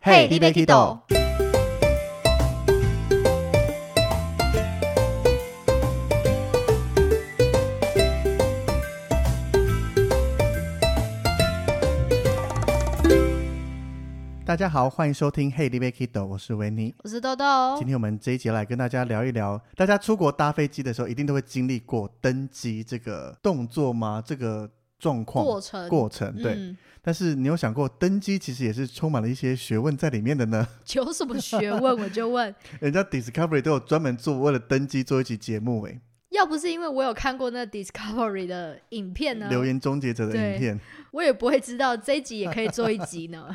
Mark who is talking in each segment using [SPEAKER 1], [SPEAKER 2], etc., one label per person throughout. [SPEAKER 1] 嘿你要去倒
[SPEAKER 2] 大家好，欢迎收听 Hey, l i b e Kido，我是维尼。
[SPEAKER 1] 我是豆豆
[SPEAKER 2] 今。天我们这一节来跟大家聊一聊，大家出国搭飞机的时候，一定都会经历过登机这个动作吗？这个状况
[SPEAKER 1] 过程
[SPEAKER 2] 过程对。
[SPEAKER 1] 嗯，
[SPEAKER 2] 但是你有想过，登机其实也是充满了一些学问在里面的呢？
[SPEAKER 1] 有什么学问我就问。
[SPEAKER 2] 人家 Discovery 都有专门做为了登机做一集节目欸诶，
[SPEAKER 1] 要不是因为我有看过那 Discovery 的影片呢，
[SPEAKER 2] 留言终结者的
[SPEAKER 1] 对
[SPEAKER 2] 影片，
[SPEAKER 1] 我也不会知道这一集也可以做一集 呢。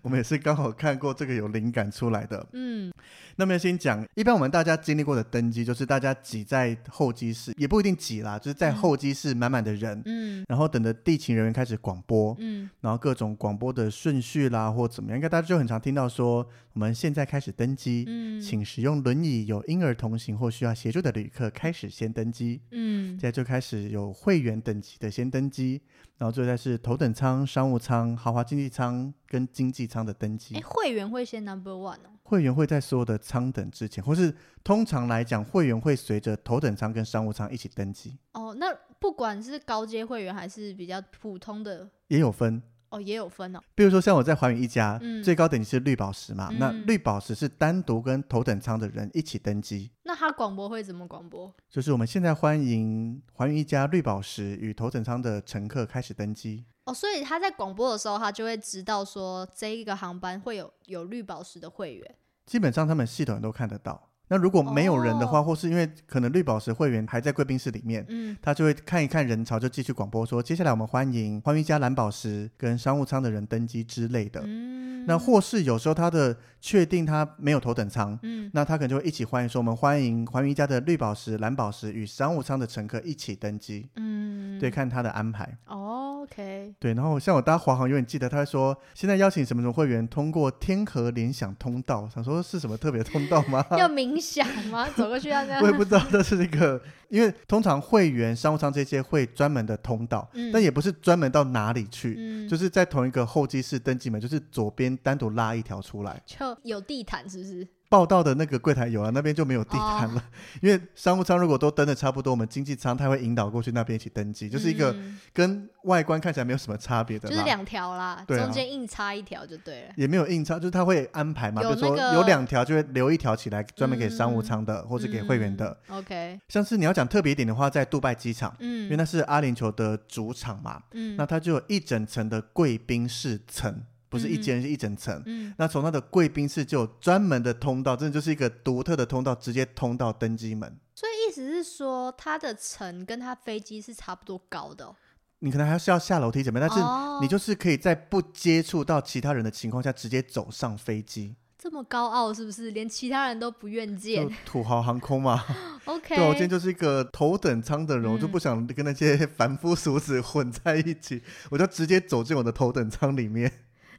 [SPEAKER 2] 我们也是刚好看过这个有灵感出来的。
[SPEAKER 1] 嗯，
[SPEAKER 2] 那么先讲，一般我们大家经历过的登机，就是大家挤在候机室，也不一定挤啦，就是在
[SPEAKER 1] 嗯
[SPEAKER 2] 候机室满满的人，
[SPEAKER 1] 嗯
[SPEAKER 2] 然后等着地勤人员开始广播，
[SPEAKER 1] 嗯，
[SPEAKER 2] 然后各种广播的顺序啦或怎么样，应该大家就很常听到说，我们现在开始登机，
[SPEAKER 1] 嗯
[SPEAKER 2] 请使用轮椅有婴儿同行或需要协助的旅客开始先登机。
[SPEAKER 1] 嗯
[SPEAKER 2] 现在就开始有会员等级的先登机，然后最后再是头等舱、商务舱、豪华经济舱跟经济舱的登机。
[SPEAKER 1] 哎、会员会先 Number One 哦。
[SPEAKER 2] 会员会在所有的舱等之前，或是通常来讲，会员会随着头等舱跟商务舱一起登机，
[SPEAKER 1] 哦，那不管是高阶会员还是比较普通的，
[SPEAKER 2] 也有分。
[SPEAKER 1] 哦，也有分哦。
[SPEAKER 2] 比如说像我在寰宇一家，
[SPEAKER 1] 嗯
[SPEAKER 2] 最高等级是绿宝石嘛，
[SPEAKER 1] 嗯
[SPEAKER 2] 那绿宝石是单独跟头等舱的人一起登机。
[SPEAKER 1] 那他广播会怎么广播？
[SPEAKER 2] 就是我们现在欢迎寰宇一家绿宝石与头等舱的乘客开始登机。
[SPEAKER 1] 哦，所以他在广播的时候，他就会知道说这一个航班会有有绿宝石的会员。
[SPEAKER 2] 基本上他们系统都看得到。那如果没有人的话，或是因为可能绿宝石会员还在贵宾室里面，
[SPEAKER 1] 哦嗯
[SPEAKER 2] 他就会看一看人潮，就继续广播说，接下来我们欢迎欢迎一家蓝宝石跟商务舱的人登机之类的。
[SPEAKER 1] 嗯，
[SPEAKER 2] 那或是有时候他的确定他没有头等舱，
[SPEAKER 1] 嗯
[SPEAKER 2] 那他可能就会一起欢迎说，我们欢迎欢迎一家的绿宝石、蓝宝石与商务舱的乘客一起登机。
[SPEAKER 1] 嗯，
[SPEAKER 2] 对，看他的安排。
[SPEAKER 1] 哦，OK，
[SPEAKER 2] 对，然后像我搭华航，永远记得他会说，现在邀请什么什么会员通过天河联想通道，想说是什么特别通道 吗？
[SPEAKER 1] 要冥想吗？走过去要这 样
[SPEAKER 2] 我也不知道这是一个，因为通常会员、商务舱这些会专门的通道，
[SPEAKER 1] 嗯
[SPEAKER 2] 但也不是专门到哪里去，
[SPEAKER 1] 嗯，
[SPEAKER 2] 就是是在同一个候机室登机门，就是左边单独拉一条出来。
[SPEAKER 1] 就有地毯，是不是？
[SPEAKER 2] 报道的那个柜台有啊，那边就没有地毯
[SPEAKER 1] 哦
[SPEAKER 2] 了， 因为商务舱如果都登的差不多，我们经济舱它会引导过去那边一起登机，就是一个
[SPEAKER 1] 嗯
[SPEAKER 2] 跟外观看起来没有什么差别的
[SPEAKER 1] 就
[SPEAKER 2] 啦。
[SPEAKER 1] 是两条啦，
[SPEAKER 2] 对啊
[SPEAKER 1] 中间硬插一条就对了。
[SPEAKER 2] 也没有硬插，就是他会安排嘛，
[SPEAKER 1] 有
[SPEAKER 2] 比如说
[SPEAKER 1] 那个
[SPEAKER 2] 有两条就会留一条起来，专门给商务
[SPEAKER 1] 嗯
[SPEAKER 2] 舱的、或者给会员的。
[SPEAKER 1] 嗯，OK，
[SPEAKER 2] 像是你要讲特别一点的话，在杜拜机场，因为
[SPEAKER 1] 嗯
[SPEAKER 2] 那是阿联酋的主场嘛，
[SPEAKER 1] 嗯，
[SPEAKER 2] 那它就有一整层的贵宾室层，不是一间，是一整层。
[SPEAKER 1] 嗯
[SPEAKER 2] 那从它的贵宾室就有专门的通道，真的就是一个独特的通道，直接通到登机门。
[SPEAKER 1] 所以意思是说，它的层跟它飞机是差不多高的哦、
[SPEAKER 2] 你可能还是要下楼梯怎么样，但是
[SPEAKER 1] 哦
[SPEAKER 2] 你就是可以在不接触到其他人的情况下，直接走上飞机，
[SPEAKER 1] 这么高傲是不是？连其他人都不愿
[SPEAKER 2] 就
[SPEAKER 1] 见。
[SPEAKER 2] 土豪航空 嘛。
[SPEAKER 1] OK，
[SPEAKER 2] 对啊，我今天就是一个头等舱的人，我就
[SPEAKER 1] 嗯
[SPEAKER 2] 不想跟那些凡夫俗子混在一起，我就直接走进我的头等舱里面。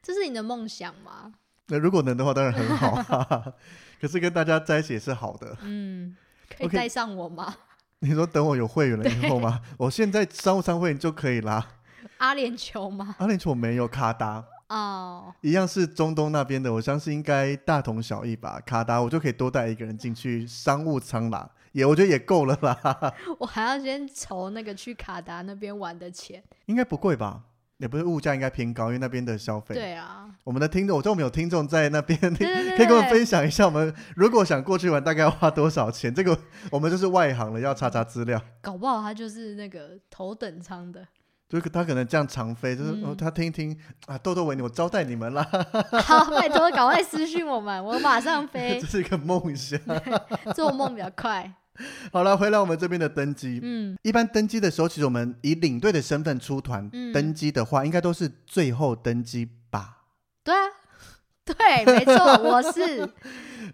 [SPEAKER 1] 这是你的梦想吗？
[SPEAKER 2] 那如果能的话，当然很好、 啊。可是跟大家在一起也是好的。
[SPEAKER 1] 嗯，可以
[SPEAKER 2] OK
[SPEAKER 1] 带上我吗？
[SPEAKER 2] 你说等我有会员了以后吗？ 我现在商务舱会员就可以啦。
[SPEAKER 1] 阿联酋吗？
[SPEAKER 2] 阿联酋没有卡达，
[SPEAKER 1] 哦，
[SPEAKER 2] 一样是中东那边的，我相信应该大同小异吧。卡达我就可以多带一个人进去商务舱啦，也我觉得也够了啦，
[SPEAKER 1] 我还要先筹那个去卡达那边玩的钱。
[SPEAKER 2] 应该不贵吧？也不是物价应该偏高，因为那边的消费。
[SPEAKER 1] 对啊，
[SPEAKER 2] 我们的听众，我知道我们有听众在那边，
[SPEAKER 1] 对对对
[SPEAKER 2] 可以跟我们分享一下，我们如果想过去玩，大概要花多少钱？这个我们就是外行了，要查查资料。
[SPEAKER 1] 搞不好他就是那个头等舱的。
[SPEAKER 2] 就是他可能这样常飞，就是、
[SPEAKER 1] 嗯
[SPEAKER 2] 哦、他听一听啊，豆豆维尼，我招待你们啦，
[SPEAKER 1] 好，拜托，赶快私讯我们，我马上飞
[SPEAKER 2] 这，是一个梦想。
[SPEAKER 1] 做梦比较快。
[SPEAKER 2] 好了，回来我们这边的登机，
[SPEAKER 1] 嗯
[SPEAKER 2] 一般登机的时候，其实我们以领队的身份出团、
[SPEAKER 1] 嗯
[SPEAKER 2] 登机的话，应该都是最后登机吧？，
[SPEAKER 1] 对啊，对，没错，我是，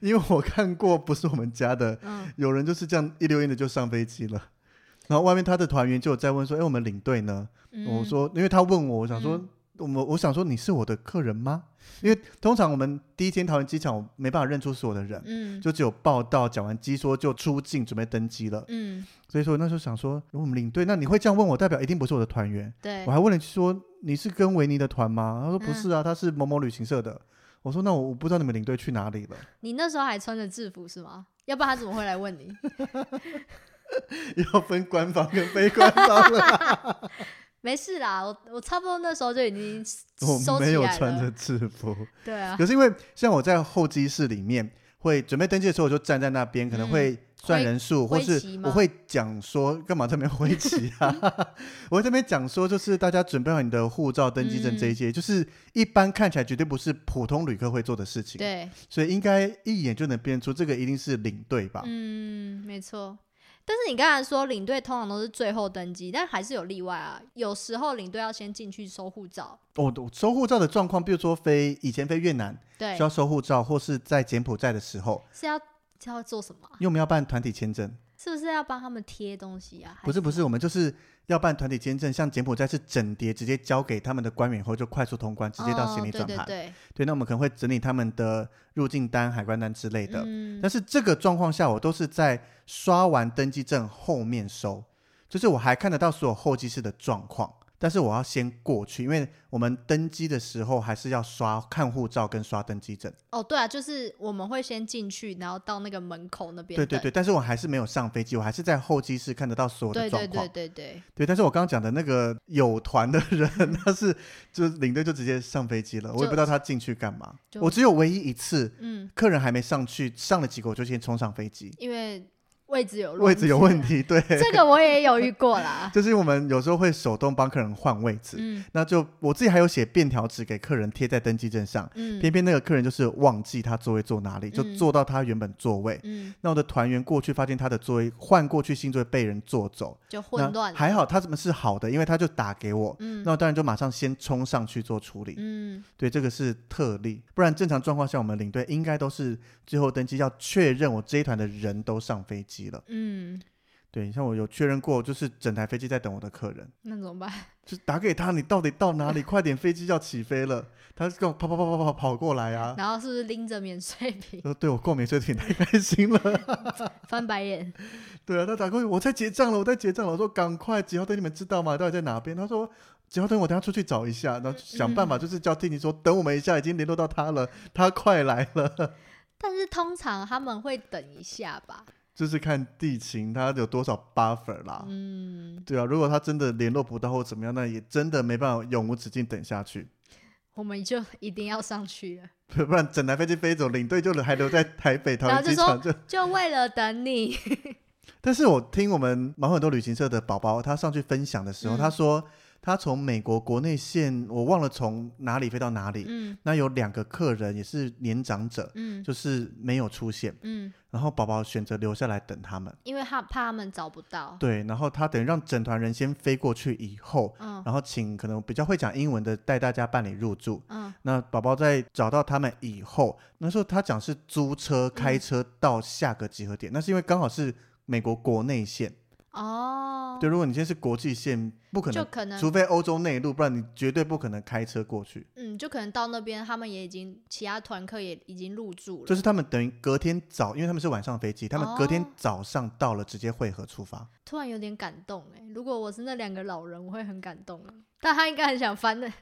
[SPEAKER 2] 因为我看过，不是我们家的，
[SPEAKER 1] 嗯，
[SPEAKER 2] 有人就是这样一溜烟的就上飞机了。 然后外面他的团员就有在问说：“哎，我们领队呢？”
[SPEAKER 1] 嗯
[SPEAKER 2] 我说，因为他问我，我想说，我我想说你是我的客人吗？因为通常我们第一天桃园机场，我没办法认出所有的人，
[SPEAKER 1] 嗯
[SPEAKER 2] 就只有报到讲完机说就出境准备登机了。
[SPEAKER 1] 嗯，
[SPEAKER 2] 所以说那时候想说，如果我们领队，那你会这样问我，代表一定不是我的团员。
[SPEAKER 1] 对
[SPEAKER 2] 我，还问了一句说你是跟维尼的团吗？他说不
[SPEAKER 1] 嗯
[SPEAKER 2] 是啊，他是某某旅行社的。我说那我我不知道你们领队去哪里了，
[SPEAKER 1] 你那时候还穿着制服是吗？要不然他怎么会来问你？
[SPEAKER 2] 要分官方跟非官方了。
[SPEAKER 1] 没事啦，我我差不多那时候就已经 收
[SPEAKER 2] 我
[SPEAKER 1] 起
[SPEAKER 2] 没有
[SPEAKER 1] 来
[SPEAKER 2] 穿着
[SPEAKER 1] 了。
[SPEAKER 2] 制服，
[SPEAKER 1] 对 啊，
[SPEAKER 2] 可是因为像我在候机室里面会准备登记的时候，我就站在那边，可能
[SPEAKER 1] 嗯
[SPEAKER 2] 会算
[SPEAKER 1] 挥
[SPEAKER 2] 人数，或
[SPEAKER 1] 挥
[SPEAKER 2] 是
[SPEAKER 1] 旗
[SPEAKER 2] 我
[SPEAKER 1] 吗
[SPEAKER 2] 会讲说干嘛这边挥旗 啊？我会这边讲说，就是大家准备好你的护照、登记证这一
[SPEAKER 1] 嗯
[SPEAKER 2] 些，就是一般看起来绝对不是普通旅客会做的事情。
[SPEAKER 1] 对，
[SPEAKER 2] 所以应该一眼就能辨出这个一定是领队吧？
[SPEAKER 1] 嗯，没错。但是你刚才说领队通常都是最后登机，但还是有例外啊。有时候领队要先进去收护照，
[SPEAKER 2] 哦，我收护照的状况，比如说飞以前飞越南
[SPEAKER 1] 对啊
[SPEAKER 2] 需，要收护照，或是在柬埔寨的时候，
[SPEAKER 1] 是要是要做什么啊、
[SPEAKER 2] 因为我们要办团体签证，
[SPEAKER 1] 是不是要帮他们贴东西啊？还
[SPEAKER 2] 不是不是，我们就是要办团体签证，像柬埔寨是整叠直接交给他们的官员以后就快速通关，直接到行李转
[SPEAKER 1] 哦、
[SPEAKER 2] 盘。
[SPEAKER 1] 对
[SPEAKER 2] 对那我们可能会整理他们的入境单、海关单之类
[SPEAKER 1] 对对，
[SPEAKER 2] 的。
[SPEAKER 1] 嗯
[SPEAKER 2] 但是这个状况下，我都是在刷完登记证后面收，就是我还看得到所有候机室的状况，但是我要先过去，因为我们登机的时候还是要刷看护照跟刷登机证。
[SPEAKER 1] 哦，对啊，就是我们会先进去，然后到那个门口那边
[SPEAKER 2] 对
[SPEAKER 1] 等。
[SPEAKER 2] 对对，但是我还是没有上飞机，我还是在候机室看得到所有的
[SPEAKER 1] 对
[SPEAKER 2] 状
[SPEAKER 1] 对
[SPEAKER 2] 况。
[SPEAKER 1] 对对对，
[SPEAKER 2] 对但是我刚刚讲的那个有团的人， 他是就是领队就直接上飞机了，我也
[SPEAKER 1] 就
[SPEAKER 2] 不知道他进去干嘛。
[SPEAKER 1] 就
[SPEAKER 2] 我只有唯一一次，
[SPEAKER 1] 嗯，
[SPEAKER 2] 客人还没上去，上了几个我就先冲上飞机，
[SPEAKER 1] 因为位置有
[SPEAKER 2] 位置有问题，
[SPEAKER 1] 题，
[SPEAKER 2] 对。。
[SPEAKER 1] 这个我也有遇过 啦
[SPEAKER 2] 就是我们有时候会手动帮客人换位置，
[SPEAKER 1] 嗯
[SPEAKER 2] 那就我自己还有写便条纸给客人贴在登记证上，
[SPEAKER 1] 嗯
[SPEAKER 2] 偏偏那个客人就是忘记他座位坐哪里，就
[SPEAKER 1] 嗯
[SPEAKER 2] 坐到他原本座位。
[SPEAKER 1] 嗯，
[SPEAKER 2] 那我的团员过去发现他的座位换过去，新座位被人坐走，
[SPEAKER 1] 就
[SPEAKER 2] 那
[SPEAKER 1] 混乱了。
[SPEAKER 2] 还好他怎么是好的，因为他就打给我，
[SPEAKER 1] 嗯
[SPEAKER 2] 那我当然就马上先冲上去做处理。
[SPEAKER 1] 嗯，
[SPEAKER 2] 对，这个是特例，不然正常状况下我们领队应该都是最后登机要确认我这一团的人都上飞机了。
[SPEAKER 1] 嗯，
[SPEAKER 2] 对，像我有确认过，就是整台飞机在等我的客人。
[SPEAKER 1] 那怎么办？
[SPEAKER 2] 就打给他，你到底到哪里？快点，飞机要起飞了。他就跟我跑跑跑跑跑跑过来啊，
[SPEAKER 1] 然后是不是拎着免税品
[SPEAKER 2] 说对我过敏，所以挺太开心了。
[SPEAKER 1] 翻白眼？
[SPEAKER 2] 对啊，他打过去，我在结账了，我在结账了。我说赶快，几号灯你们知道吗？到底在哪边？他说几号灯我等下出去找一下，然
[SPEAKER 1] 嗯
[SPEAKER 2] 后想办法就是叫听你说等我们一下，已经联络到他了，他快来了。
[SPEAKER 1] 但是通常他们会等一下吧？
[SPEAKER 2] 就是看地勤他有多少 buffer 啦。
[SPEAKER 1] 嗯，
[SPEAKER 2] 对啊，如果他真的联络不到或怎么样，那也真的没办法永无止境等下去。
[SPEAKER 1] 我们就一定要上去了，
[SPEAKER 2] 不不然整台飞机飞走，领队就还留在台北桃园
[SPEAKER 1] 然后就
[SPEAKER 2] 机
[SPEAKER 1] 说
[SPEAKER 2] 场就。
[SPEAKER 1] 就为了等你。
[SPEAKER 2] 但是我听我们毛很多旅行社的宝宝他上去分享的时候，
[SPEAKER 1] 嗯
[SPEAKER 2] 他说他从美国国内线，我忘了从哪里飞到哪里。
[SPEAKER 1] 嗯
[SPEAKER 2] 那有两个客人也是年长者，
[SPEAKER 1] 嗯
[SPEAKER 2] 就是没有出现，
[SPEAKER 1] 嗯，
[SPEAKER 2] 然后宝宝选择留下来等他们。
[SPEAKER 1] 因为他怕他们找不到。
[SPEAKER 2] 对，然后他等于让整团人先飞过去以后，
[SPEAKER 1] 嗯
[SPEAKER 2] 然后请可能比较会讲英文的带大家办理入住。
[SPEAKER 1] 嗯
[SPEAKER 2] 那宝宝在找到他们以后，那时候他讲是租车开
[SPEAKER 1] 嗯
[SPEAKER 2] 车到下个集合点，那是因为刚好是美国国内线。
[SPEAKER 1] 哦，
[SPEAKER 2] 对，如果你现在是国际线，不可
[SPEAKER 1] 就
[SPEAKER 2] 能，
[SPEAKER 1] 可能
[SPEAKER 2] 除非欧洲内陆，不然你绝对不可能开车过去。
[SPEAKER 1] 嗯，就可能到那边，他们也已经其他团客也已经入住了，
[SPEAKER 2] 就是他们等于隔天早，因为他们是晚上飞机，他们隔天
[SPEAKER 1] 哦
[SPEAKER 2] 早上到了，直接会合出 发。
[SPEAKER 1] 突然有点感动哎、如果我是那两个老人，我会很感动啊。但他应该很想翻那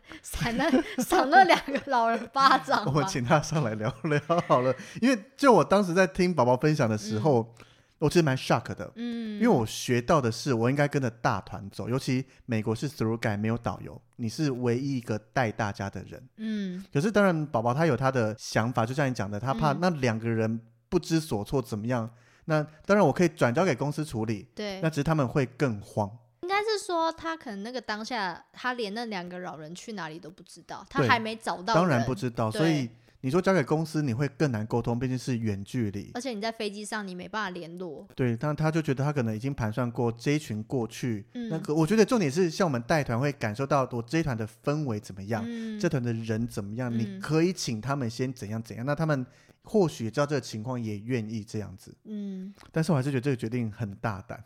[SPEAKER 1] 扇那赏那两个老人巴掌
[SPEAKER 2] 我
[SPEAKER 1] 吧
[SPEAKER 2] 们？请他上来聊聊好了，因为就我当时在听宝宝分享的时候，我其实蛮 shock 的，
[SPEAKER 1] 嗯，
[SPEAKER 2] 因为我学到的是我应该跟着大团走，尤其美国是 through guide 没有导游，你是唯一一个带大家的人。
[SPEAKER 1] 嗯
[SPEAKER 2] 可是当然，宝宝他有他的想法，就像你讲的，他怕
[SPEAKER 1] 嗯
[SPEAKER 2] 那两个人不知所措怎么样。那当然，我可以转交给公司处理，
[SPEAKER 1] 对
[SPEAKER 2] 那，只是他们会更慌。
[SPEAKER 1] 应该是说他可能那个当下，他连那两个老人去哪里都不知道，他
[SPEAKER 2] 对
[SPEAKER 1] 还没找到，
[SPEAKER 2] 当然不。知道，所
[SPEAKER 1] 对
[SPEAKER 2] 以你说交给公司，你会更难沟通，毕竟是远距离。
[SPEAKER 1] 而且你在飞机上你没办法联络，
[SPEAKER 2] 对，但他就觉得他可能已经盘算过这一群过去，
[SPEAKER 1] 嗯
[SPEAKER 2] 那个我觉得重点是像我们带团会感受到我这一团的氛围怎么样，
[SPEAKER 1] 嗯，
[SPEAKER 2] 这团的人怎么样，你
[SPEAKER 1] 嗯
[SPEAKER 2] 可以请他们先怎样怎样，那他们或许知道这个情况也愿意这样子，
[SPEAKER 1] 嗯，
[SPEAKER 2] 但是我还是觉得这个决定很大胆。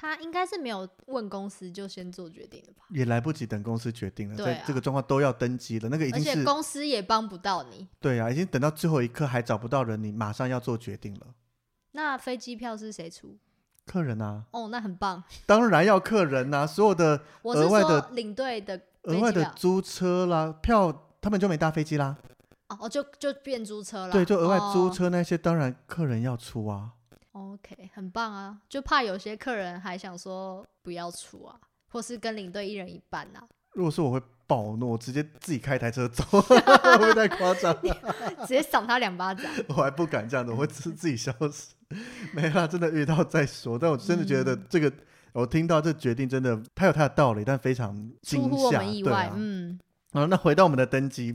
[SPEAKER 1] 他应该是没有问公司就先做决定的吧？
[SPEAKER 2] 也来不及等公司决定了，
[SPEAKER 1] 对
[SPEAKER 2] 在
[SPEAKER 1] 啊
[SPEAKER 2] 这个状况都要登机了，那个已
[SPEAKER 1] 而
[SPEAKER 2] 经
[SPEAKER 1] 且
[SPEAKER 2] 是
[SPEAKER 1] 公司也帮不到你。
[SPEAKER 2] 对啊，已经等到最后一刻还找不到人，你马上要做决定了。
[SPEAKER 1] 那飞机票是谁出？
[SPEAKER 2] 客人啊，
[SPEAKER 1] 哦，那很棒。
[SPEAKER 2] 当然要客人呐、所有的
[SPEAKER 1] 我是
[SPEAKER 2] 额外
[SPEAKER 1] 说
[SPEAKER 2] 的
[SPEAKER 1] 领队的
[SPEAKER 2] 额
[SPEAKER 1] 飞机啊
[SPEAKER 2] 外的
[SPEAKER 1] 票
[SPEAKER 2] 租车啦、票，他们就没搭飞机啦。
[SPEAKER 1] 哦，哦就就变租车了。
[SPEAKER 2] 对，就额外租
[SPEAKER 1] 哦
[SPEAKER 2] 车那些，当然客人要出啊。
[SPEAKER 1] OK，很棒啊！就怕有些客人还想说不要出啊，或是跟领队一人一半啊，
[SPEAKER 2] 如果是我会暴怒，我直接自己开一台车走，会不会太夸张了？
[SPEAKER 1] 直接赏他两巴掌。
[SPEAKER 2] 我还不敢这样子，我会自自己消失。 没啦，真的遇到再说。但我真的觉
[SPEAKER 1] 嗯
[SPEAKER 2] 得这个，我听到这决定真的，它有它的道理，但非常
[SPEAKER 1] 出
[SPEAKER 2] 惊
[SPEAKER 1] 乎我
[SPEAKER 2] 吓。
[SPEAKER 1] 们意
[SPEAKER 2] 对
[SPEAKER 1] 外，
[SPEAKER 2] 啊，
[SPEAKER 1] 嗯
[SPEAKER 2] 好，那回到我们的登机，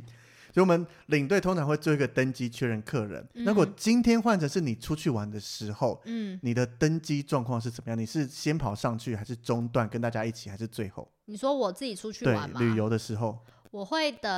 [SPEAKER 2] 就我们领队通常会做一个登机确认客人。那如果
[SPEAKER 1] 嗯
[SPEAKER 2] 今天换成是你出去玩的时候，
[SPEAKER 1] 嗯，
[SPEAKER 2] 你的登机状况是怎么样？你是先跑上去，还是中段跟大家一起，还是最后？
[SPEAKER 1] 你说我自己出去
[SPEAKER 2] 对
[SPEAKER 1] 玩，嘛，
[SPEAKER 2] 旅游的时候，
[SPEAKER 1] 我会等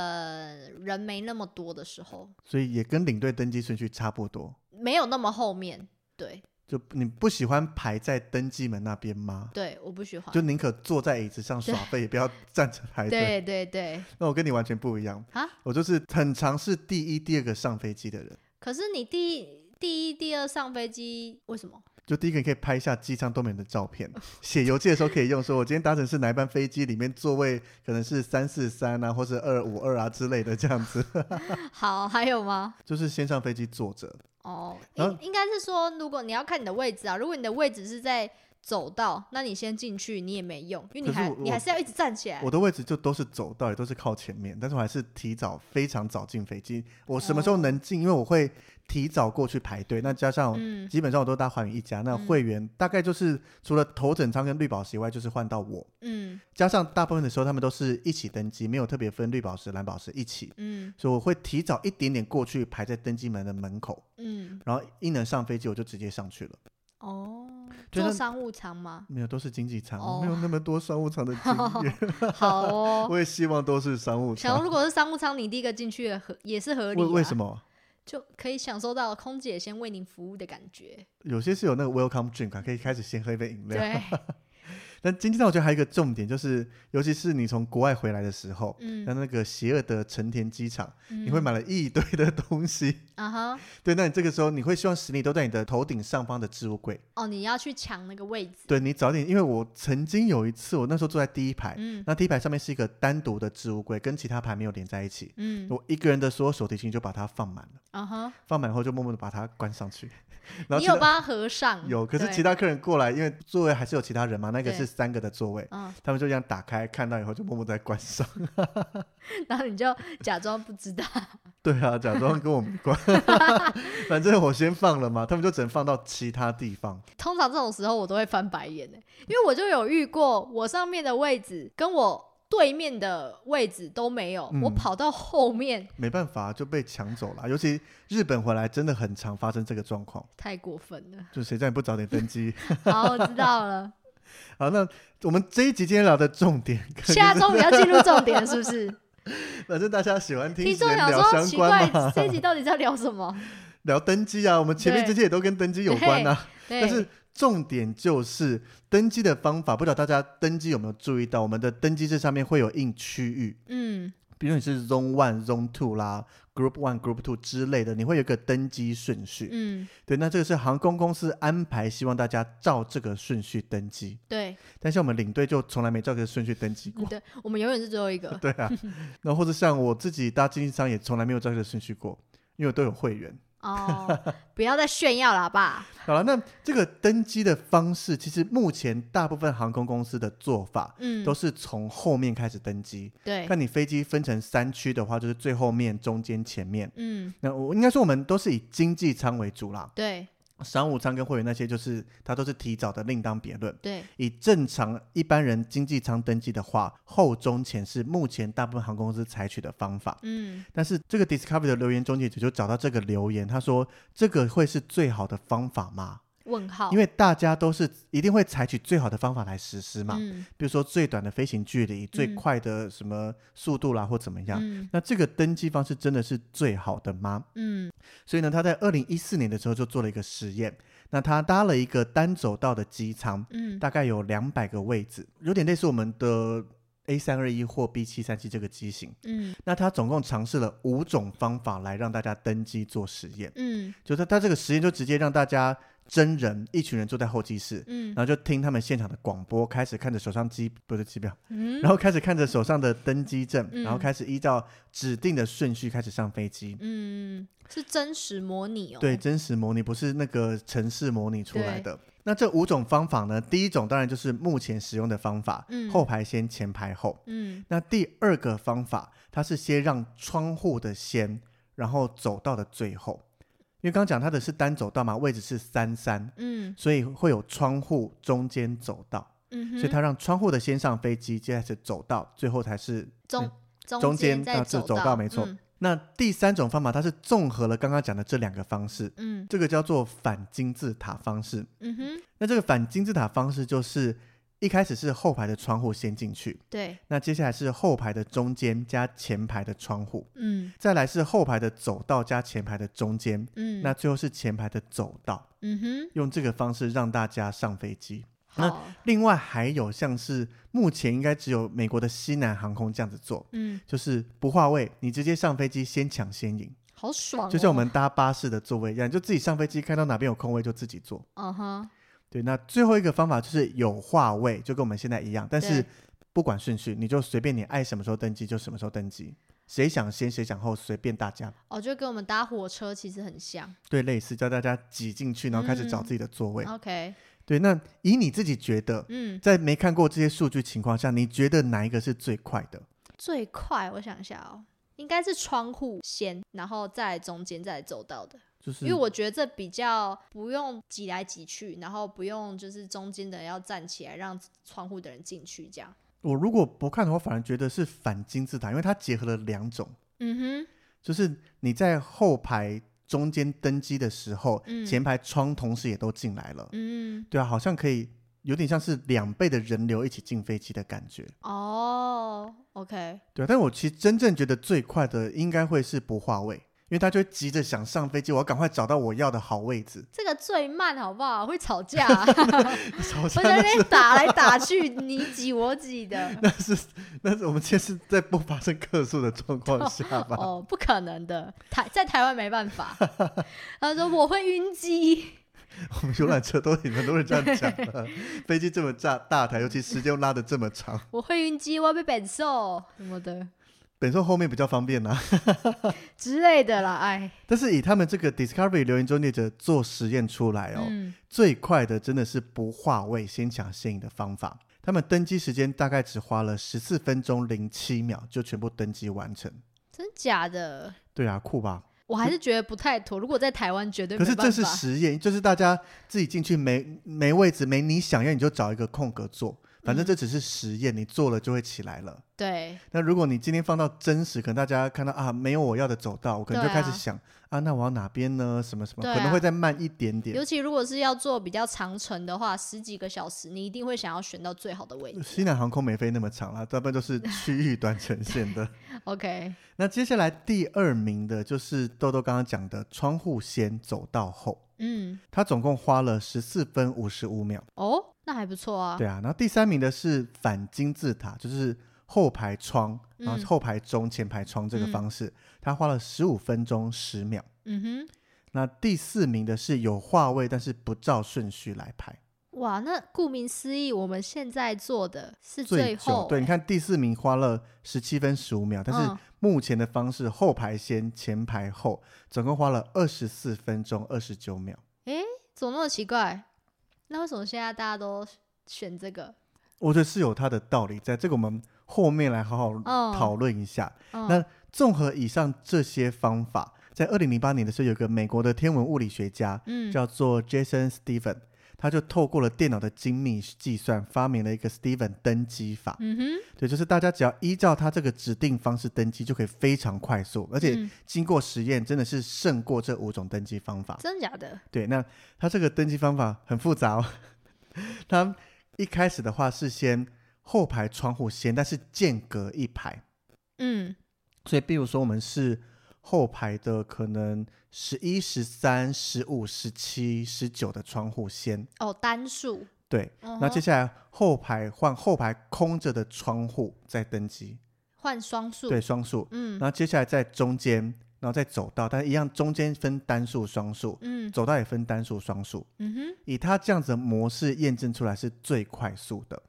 [SPEAKER 1] 人没那么多的时候，
[SPEAKER 2] 所以也跟领队登机顺序差不多。
[SPEAKER 1] 没有那么后面。对
[SPEAKER 2] 就你不喜欢排在登机门那边吗？
[SPEAKER 1] 对，我不喜欢
[SPEAKER 2] 就。宁可坐在椅子上耍废，也不要 站着排队。
[SPEAKER 1] 对对对，
[SPEAKER 2] 那我跟你完全不一样
[SPEAKER 1] 啊！
[SPEAKER 2] 我就是很尝试第一、第二个上飞机的人。
[SPEAKER 1] 可是你第一第一、第二上飞机，为什么？
[SPEAKER 2] 就第一个你可以拍一下机舱都没人的照片，
[SPEAKER 1] 哦
[SPEAKER 2] 写游记的时候可以用说，我今天搭乘是哪一班飞机，里面座位可能是三四三啊，或是二五二啊之类的，这样子，
[SPEAKER 1] 好，还有吗？
[SPEAKER 2] 就是先上飞机坐着。
[SPEAKER 1] 哦，
[SPEAKER 2] 然后
[SPEAKER 1] 应应该是说，如果你要看你的位置啊，如果你的位置是在走道，那你先进去你也没用，因为你
[SPEAKER 2] 可是
[SPEAKER 1] 还
[SPEAKER 2] 我
[SPEAKER 1] 你还是要一直站起来
[SPEAKER 2] 我。的位置就都是走道，也都是靠前面，但是我还是提早非常早进飞机。我什么
[SPEAKER 1] 哦
[SPEAKER 2] 时候能进？因为我会提早过去排队，那加上。
[SPEAKER 1] 嗯，
[SPEAKER 2] 基本上我都搭寰宇一家，那
[SPEAKER 1] 嗯
[SPEAKER 2] 会员大概就是除了头等舱跟绿宝石以外，就是换到我。
[SPEAKER 1] 嗯
[SPEAKER 2] 加上大部分的时候，他们都是一起登机，没有特别分绿宝石、蓝宝石一起。
[SPEAKER 1] 嗯
[SPEAKER 2] 所以我会提早一点点过去，排在登机门的门口，
[SPEAKER 1] 嗯，
[SPEAKER 2] 然后一能上飞机我就直接上去了。
[SPEAKER 1] 哦，
[SPEAKER 2] 就
[SPEAKER 1] 坐
[SPEAKER 2] 是
[SPEAKER 1] 商务 舱吗？
[SPEAKER 2] 没有，都是经济舱，
[SPEAKER 1] 哦
[SPEAKER 2] 没有那么多商务舱的经 验。
[SPEAKER 1] 好哦，
[SPEAKER 2] 我也希望都是商务
[SPEAKER 1] 想
[SPEAKER 2] 舱。
[SPEAKER 1] 说如果是商务舱，你第一个进去也合也是合理、
[SPEAKER 2] 为
[SPEAKER 1] 啊，
[SPEAKER 2] 为什么？
[SPEAKER 1] 就可以享受到空姐先为您服务的感觉？
[SPEAKER 2] 有些是有那个 welcome drink，、啊、可以开始先喝一杯饮料。
[SPEAKER 1] 对，
[SPEAKER 2] 但经济舱我觉得还有一个重点就是，尤其是你从国外回来的时候，
[SPEAKER 1] 嗯
[SPEAKER 2] 那、，那个邪恶的成田机场，
[SPEAKER 1] 你
[SPEAKER 2] 你会买了一堆的东西。
[SPEAKER 1] 啊哈？
[SPEAKER 2] 对，那你这个时候你会希望行李都在你的头顶上方的置物柜。
[SPEAKER 1] 哦，你要去抢那个位置，
[SPEAKER 2] 对你早点，因为我曾经有一次，我那时候坐在第一排，
[SPEAKER 1] 嗯
[SPEAKER 2] 那第一排上面是一个单独的置物柜，跟其他牌没有连在一起。
[SPEAKER 1] 嗯，
[SPEAKER 2] 我一个人的所有手提行李就把它放满了，
[SPEAKER 1] 啊哈，
[SPEAKER 2] 放满后就默默的把它关上去。然后
[SPEAKER 1] 你
[SPEAKER 2] 其
[SPEAKER 1] 有
[SPEAKER 2] 他
[SPEAKER 1] 帮他合上？
[SPEAKER 2] 有，可是
[SPEAKER 1] 对
[SPEAKER 2] 其他客人过来，因为座位还是有其他人嘛，那个
[SPEAKER 1] 对
[SPEAKER 2] 是三个的座位，
[SPEAKER 1] 嗯，
[SPEAKER 2] 他们就这样打开看到以后就默默在关上。
[SPEAKER 1] 然后你就假装不知道。
[SPEAKER 2] 对啊，假装跟我没 关，反正我先放了嘛，他们就只能放到其他地方。
[SPEAKER 1] 通常这种时候我都会翻白眼的、因为我就有遇过，我上面的位置跟我对面的位置都没有，
[SPEAKER 2] 嗯
[SPEAKER 1] 我跑到后面
[SPEAKER 2] 没办法就被抢走了，尤其日本回来真的很常发生这个状况，
[SPEAKER 1] 太过分 了。
[SPEAKER 2] 就谁叫你不早点登机。
[SPEAKER 1] 好，我知道了。
[SPEAKER 2] 好，那我们这一集今天聊的重点，可能
[SPEAKER 1] 现在终于要进入重点了，是不是？
[SPEAKER 2] 反正大家喜欢听
[SPEAKER 1] 听众
[SPEAKER 2] 闲
[SPEAKER 1] 想
[SPEAKER 2] 聊
[SPEAKER 1] 说
[SPEAKER 2] 相
[SPEAKER 1] 奇
[SPEAKER 2] 关
[SPEAKER 1] 怪
[SPEAKER 2] 嘛，，
[SPEAKER 1] 这一集到底在聊什么？
[SPEAKER 2] 聊登机啊，我们前面
[SPEAKER 1] 对
[SPEAKER 2] 这些也都跟登机有关啊。
[SPEAKER 1] 对，
[SPEAKER 2] 但是重点就是登机的方法，不知道大家登机有没有注意到，我们的登机这上面会有印区域，
[SPEAKER 1] 嗯
[SPEAKER 2] 比如你是 Zone One、Zone Two 啦、Group One、Group Two 之类的，你会有一个登机顺序。
[SPEAKER 1] 嗯，
[SPEAKER 2] 对，那这个是航空公司安排，希望大家照这个顺序登机。
[SPEAKER 1] 对，
[SPEAKER 2] 但像我们领队就从来没照这个顺序登机过
[SPEAKER 1] 嗯。对，我们永远是最后一个。
[SPEAKER 2] 对啊，那或者像我自己搭经济舱也从来没有照这个顺序过，因为我都有会员。
[SPEAKER 1] 哦，不要再炫耀了，好吧？
[SPEAKER 2] 好了，那这个登机的方式，其实目前大部分航空公司的做法
[SPEAKER 1] 嗯，
[SPEAKER 2] 都是从后面开始登机。
[SPEAKER 1] 对，
[SPEAKER 2] 看你飞机分成三区的话，就是最后面、中间、前面。
[SPEAKER 1] 嗯，
[SPEAKER 2] 那我应该说我们都是以经济舱为主啦，
[SPEAKER 1] 对
[SPEAKER 2] 商务舱跟会员那些就是它都是提早的，另当别论。
[SPEAKER 1] 对，
[SPEAKER 2] 以正常一般人经济舱登记的话，后中前是目前大部分航空公司采取的方法。
[SPEAKER 1] 嗯
[SPEAKER 2] 但是这个 Discovery 的留言终结者就找到这个留言，他说：“这个会是最好的方法吗？
[SPEAKER 1] 问号，
[SPEAKER 2] 因为大家都是一定会采取最好的方法来实施嘛，
[SPEAKER 1] 嗯
[SPEAKER 2] 比如说最短的飞行距离、最
[SPEAKER 1] 嗯
[SPEAKER 2] 快的什么速度啦，或怎么样。
[SPEAKER 1] 嗯
[SPEAKER 2] 那这个登记方式真的是最好的吗？
[SPEAKER 1] 嗯
[SPEAKER 2] 所以呢，他在二零一四年的时候就做了一个实验。那他搭了一个单走道的机舱，
[SPEAKER 1] 嗯
[SPEAKER 2] 大概有两百个位置，有点类似我们的 A 三二一或 B 七三七这个机型。
[SPEAKER 1] 嗯
[SPEAKER 2] 那他总共尝试了五种方法来让大家登机做实验，
[SPEAKER 1] 嗯
[SPEAKER 2] 就是他这个实验就直接让大家真人一群人坐在候机室，
[SPEAKER 1] 嗯
[SPEAKER 2] 然后就听他们现场的广播，开始看着手上机不是机票，
[SPEAKER 1] 嗯，
[SPEAKER 2] 然后开始看着手上的登机证，
[SPEAKER 1] 嗯
[SPEAKER 2] 然后开始依照指定的顺序开始上飞机。
[SPEAKER 1] 嗯是真实模拟哦，
[SPEAKER 2] 对，，真实模拟不是那个城市模拟出来的。那这五种方法呢？第一种当然就是目前使用的方法，
[SPEAKER 1] 嗯
[SPEAKER 2] 后排先，前排后。
[SPEAKER 1] 嗯
[SPEAKER 2] 那第二个方法，它是先让窗户的先，然后走到的最后。因为刚刚讲它的是单走道嘛，位置是三三，
[SPEAKER 1] 嗯
[SPEAKER 2] 所以会有窗户中间走道，
[SPEAKER 1] 嗯哼，
[SPEAKER 2] 所以它让窗户的先上飞机，接着走道，最后才是
[SPEAKER 1] 中
[SPEAKER 2] 嗯中
[SPEAKER 1] 间
[SPEAKER 2] 间
[SPEAKER 1] 再
[SPEAKER 2] 啊就走
[SPEAKER 1] 到，
[SPEAKER 2] 到没错
[SPEAKER 1] 嗯
[SPEAKER 2] 那第三种方法，它是综合了刚刚讲的这两个方式，
[SPEAKER 1] 嗯
[SPEAKER 2] 这个叫做反金字塔方式。
[SPEAKER 1] 嗯哼，
[SPEAKER 2] 那这个反金字塔方式就是一开始是后排的窗户先进去，
[SPEAKER 1] 对，
[SPEAKER 2] 那接下来是后排的中间加前排的窗户，
[SPEAKER 1] 嗯
[SPEAKER 2] 再来是后排的走道加前排的中间，
[SPEAKER 1] 嗯，
[SPEAKER 2] 那最后是前排的走道。
[SPEAKER 1] 嗯哼，
[SPEAKER 2] 用这个方式让大家上飞机。那
[SPEAKER 1] 好，
[SPEAKER 2] 另外还有像是目前应该只有美国的西南航空这样子做，
[SPEAKER 1] 嗯，
[SPEAKER 2] 就是不划位，你直接上飞机先抢先赢，
[SPEAKER 1] 好爽哦，
[SPEAKER 2] 就像我们搭巴士的座位一样，就自己上飞机看到哪边有空位就自己坐。
[SPEAKER 1] 嗯哼，
[SPEAKER 2] 对，那最后一个方法就是有话位，就跟我们现在一样，但是
[SPEAKER 1] 对
[SPEAKER 2] 不管顺序，你就随便你爱什么时候登机就什么时候登机，谁想先谁想后随便大家。
[SPEAKER 1] 哦，就跟我们搭火车其实很像。
[SPEAKER 2] 对，类似叫大家挤进去，然后开始找
[SPEAKER 1] 嗯
[SPEAKER 2] 自己的座位。
[SPEAKER 1] OK，
[SPEAKER 2] 对，那以你自己觉得，
[SPEAKER 1] 嗯，
[SPEAKER 2] 在没看过这些数据情况下，你觉得哪一个是最快的？
[SPEAKER 1] 最快我想一下哦，应该是窗户先，然后再来中间再来走道的，
[SPEAKER 2] 就是
[SPEAKER 1] 因为我觉得这比较不用挤来挤去，然后不用就是中间的人要站起来让窗户的人进去这样。
[SPEAKER 2] 我如果不看的话，反而觉得是反金字塔，因为它结合了两种，
[SPEAKER 1] 嗯
[SPEAKER 2] 就是你在后排中间登机的时候，
[SPEAKER 1] 嗯
[SPEAKER 2] 前排窗同时也都进来了
[SPEAKER 1] 哼，。嗯，
[SPEAKER 2] 对啊，好像可以有点像是两倍的人流一起进飞机的感觉。
[SPEAKER 1] 哦，OK，
[SPEAKER 2] 对啊，但我其实真正觉得最快的应该会是不化位，因为他就会急着想上飞机，我要赶快找到我要的好位 置。
[SPEAKER 1] 这个最慢好不好？会吵架、
[SPEAKER 2] 好
[SPEAKER 1] 我
[SPEAKER 2] 像
[SPEAKER 1] 在那
[SPEAKER 2] 那
[SPEAKER 1] 边打来打去，你挤我挤的，
[SPEAKER 2] 那是那是我们现在是在不发生客诉的状况下吧？
[SPEAKER 1] 哦，不可能的，台在台湾没办法。他说我会晕机，
[SPEAKER 2] 我们游览车都很多人这样讲 了，飞机这么大大台，尤其时间又拉的这么长，
[SPEAKER 1] 我会晕机，我要被本受什么的
[SPEAKER 2] 本身后面比较方便呐、啊
[SPEAKER 1] 之类的啦，哎，
[SPEAKER 2] 但是以他们这个 Discovery 留言终结者做实验出来哦，
[SPEAKER 1] 嗯
[SPEAKER 2] 最快的真的是不化位先抢先赢的方法。他们登机时间大概只花了十四分钟零七秒就全部登机完成。
[SPEAKER 1] 真假的，
[SPEAKER 2] 对啊，酷吧？
[SPEAKER 1] 我还是觉得不太妥。如果在台湾，绝对
[SPEAKER 2] 可
[SPEAKER 1] 没
[SPEAKER 2] 是
[SPEAKER 1] 办法。
[SPEAKER 2] 这是实验，就是大家自己进去没没位置，没你想要你就找一个空格坐，反正
[SPEAKER 1] 嗯
[SPEAKER 2] 这只是实验，你做了就会起来了。
[SPEAKER 1] 对，
[SPEAKER 2] 那如果你今天放到真实，可能大家看到啊没有我要的走道，我可能就
[SPEAKER 1] 对啊
[SPEAKER 2] 开始想啊那我要哪边呢？什么什么，
[SPEAKER 1] 对啊
[SPEAKER 2] 可能会再慢一点点
[SPEAKER 1] 尤。其如果是要做比较长程的话，十几个小时，你一定会想要选到最好的位置。
[SPEAKER 2] 西南航空没飞那么长啦，大部分都是区域短程线 的。
[SPEAKER 1] OK，
[SPEAKER 2] 那接下来第二名的就是豆豆刚刚讲的窗户先走到后，
[SPEAKER 1] 嗯，
[SPEAKER 2] 他总共花了十四分五十五秒。
[SPEAKER 1] 哦，那还不错啊。
[SPEAKER 2] 对啊，然后第三名的是反金字塔，就是后排窗，
[SPEAKER 1] 嗯
[SPEAKER 2] 然后后排中、前排窗这个方式，他花了十五分钟十秒。
[SPEAKER 1] 嗯
[SPEAKER 2] 那第四名的是有话位，但是不照顺序来排，
[SPEAKER 1] 哼，哇，那顾名思义，我们现在做的是
[SPEAKER 2] 久
[SPEAKER 1] 后。
[SPEAKER 2] 对，你看第四名花了十七分十五秒，但是
[SPEAKER 1] 嗯
[SPEAKER 2] 目前的方式后排先，前排后，总共花了二十四分钟二十九秒。
[SPEAKER 1] 怎么那么奇怪？那为什么现在大家都选这个？
[SPEAKER 2] 我觉得是有它的道理在，这个我们后面来好好
[SPEAKER 1] 嗯
[SPEAKER 2] 讨论一下。
[SPEAKER 1] 嗯
[SPEAKER 2] 那综合以上这些方法，在二零零八年的时候，有个美国的天文物理学家
[SPEAKER 1] 嗯
[SPEAKER 2] 叫做 Jason Steven，他就透过了电脑的精密计算，发明了一个 Steven 登机法。
[SPEAKER 1] 嗯哼，
[SPEAKER 2] 对，就是大家只要依照他这个指定方式登机，就可以非常快速，而且
[SPEAKER 1] 嗯
[SPEAKER 2] 经过实验，真的是胜过这五种登机方法。
[SPEAKER 1] 真的假的？
[SPEAKER 2] 对，那它这个登记方法很复杂哦。 它一开始的话是先后排窗户先，但是间隔一排，
[SPEAKER 1] 嗯
[SPEAKER 2] 所以比如说我们是后排的可能十一、十三、十五、十七、十九的窗户先，
[SPEAKER 1] 哦，单数。
[SPEAKER 2] 对。
[SPEAKER 1] 嗯
[SPEAKER 2] 那
[SPEAKER 1] 哼
[SPEAKER 2] 接下来后排换后排空着的窗户再登机，
[SPEAKER 1] 换双数。
[SPEAKER 2] 对，双数。
[SPEAKER 1] 嗯
[SPEAKER 2] 然后接下来在中间，然后再走道，但一样中间分单数、双数，
[SPEAKER 1] 嗯
[SPEAKER 2] 走道也分单数、双数。
[SPEAKER 1] 嗯哼，
[SPEAKER 2] 以他这样子的模式验证出来是最快速的。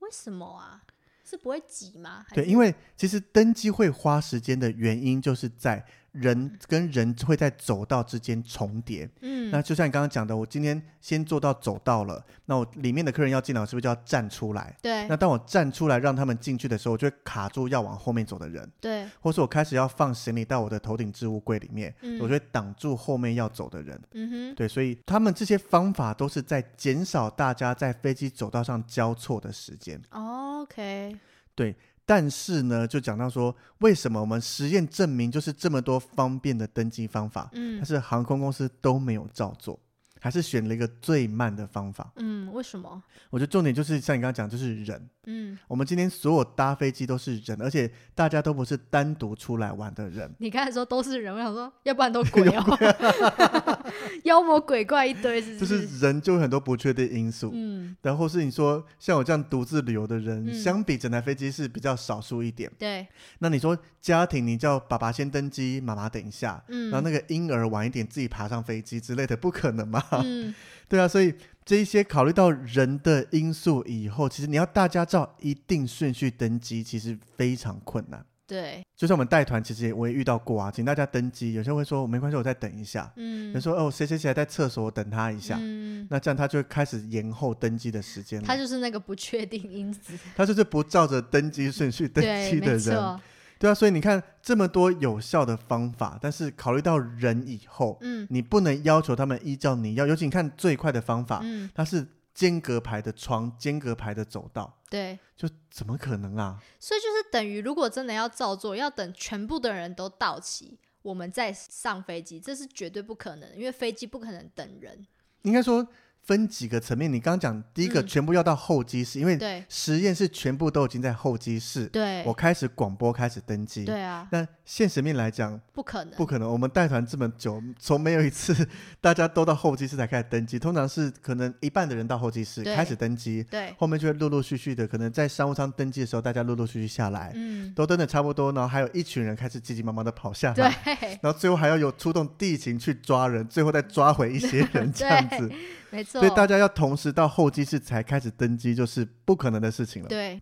[SPEAKER 1] 为什么啊？是不会挤吗？还
[SPEAKER 2] 对，
[SPEAKER 1] 是
[SPEAKER 2] 因为其实登机会花时间的原因，就是在人跟人会在走道之间重叠。
[SPEAKER 1] 嗯
[SPEAKER 2] 那就像你刚刚讲的，我今天先坐到走道了，那我里面的客人要进来，我是不是就要站出来？
[SPEAKER 1] 对
[SPEAKER 2] 那当我站出来让他们进去的时候，我就会卡住要往后面走的人，
[SPEAKER 1] 对，
[SPEAKER 2] 或是我开始要放行李到我的头顶置物柜里面，
[SPEAKER 1] 嗯
[SPEAKER 2] 我就会挡住后面要走的人。
[SPEAKER 1] 嗯哼，
[SPEAKER 2] 对，所以他们这些方法都是在减少大家在飞机走道上交错的时间。
[SPEAKER 1] 哦 OK，
[SPEAKER 2] 但是呢，就讲到说，为什么我们实验证明就是这么多方便的登机方法，但
[SPEAKER 1] 嗯
[SPEAKER 2] 是航空公司都没有照做，还是选了一个最慢的方法。
[SPEAKER 1] 嗯，为什么？
[SPEAKER 2] 我觉得重点就是像你刚刚讲，就是人。
[SPEAKER 1] 嗯，
[SPEAKER 2] 我们今天所有搭飞机都是人，而且大家都不是单独出来玩的人。
[SPEAKER 1] 你刚才说都是人，我想说，要不 然都鬼哦， 妖魔鬼怪一堆，是
[SPEAKER 2] 就
[SPEAKER 1] 不
[SPEAKER 2] 是
[SPEAKER 1] 是？
[SPEAKER 2] 人就有很多不确定因素，
[SPEAKER 1] 嗯，
[SPEAKER 2] 然后是你说像我这样独自旅游的人，
[SPEAKER 1] 嗯
[SPEAKER 2] 相比整台飞机是比较少数一点。
[SPEAKER 1] 对，
[SPEAKER 2] 那你说家庭，你叫爸爸先登机，妈妈等一下，
[SPEAKER 1] 嗯，
[SPEAKER 2] 然后那个婴儿晚一点自己爬上飞机之类的，不可能嘛？
[SPEAKER 1] 嗯
[SPEAKER 2] 对啊，所以这一些考虑到人的因素以后，其实你要大家照一定顺序登机，其实非常困难。
[SPEAKER 1] 对，
[SPEAKER 2] 就像我们带团，其实也我也遇到过啊，请大家登机，有些会说没关系，我再等一下；有
[SPEAKER 1] 嗯，
[SPEAKER 2] 人说哦，谁谁谁还在厕所，我等他一下。
[SPEAKER 1] 嗯，
[SPEAKER 2] 那这样他就会开始延后登机的时间了。
[SPEAKER 1] 他就是那个不确定因子，
[SPEAKER 2] 他就是不照着登机顺序登
[SPEAKER 1] 对，
[SPEAKER 2] 机的
[SPEAKER 1] 没
[SPEAKER 2] 人，
[SPEAKER 1] 错，
[SPEAKER 2] 对啊，所以你看这么多有效的方法，但是考虑到人以后，
[SPEAKER 1] 嗯
[SPEAKER 2] 你不能要求他们依照你要。尤其你看最快的方法，
[SPEAKER 1] 嗯，
[SPEAKER 2] 它是间隔排的窗、间隔排的走道，
[SPEAKER 1] 对。
[SPEAKER 2] 就怎么可能啊？
[SPEAKER 1] 所以就是等于，如果真的要照做，要等全部的人都到齐，我们再上飞机，这是绝对不可能，因为飞机不可能等人。
[SPEAKER 2] 应该说分几个层面。你刚刚讲第一个，
[SPEAKER 1] 嗯
[SPEAKER 2] 全部要到候机室，因为
[SPEAKER 1] 对
[SPEAKER 2] 实验室全部都已经在候机室，
[SPEAKER 1] 对
[SPEAKER 2] 我开始广播，开始登机。
[SPEAKER 1] 对啊，
[SPEAKER 2] 那现实面来讲，
[SPEAKER 1] 不可能。
[SPEAKER 2] 不可能。我们带团这么久， 从没有一次大家都到候机室才开始登机，通常是可能一半的人到候机室
[SPEAKER 1] 对
[SPEAKER 2] 开始登机，
[SPEAKER 1] 对，
[SPEAKER 2] 后面就会陆陆续续的，可能在商务舱登机的时候，大家陆陆续续下来，
[SPEAKER 1] 嗯，
[SPEAKER 2] 都登的差不多，然后还有一群人开始急急忙忙的跑下来，
[SPEAKER 1] 对，
[SPEAKER 2] 然后最后还要有出动地勤去抓人，最后再抓回一些 人这样子，
[SPEAKER 1] 没错
[SPEAKER 2] 所以。大家要同时到候机室才开始登机，就是不可能的事情了。
[SPEAKER 1] 对，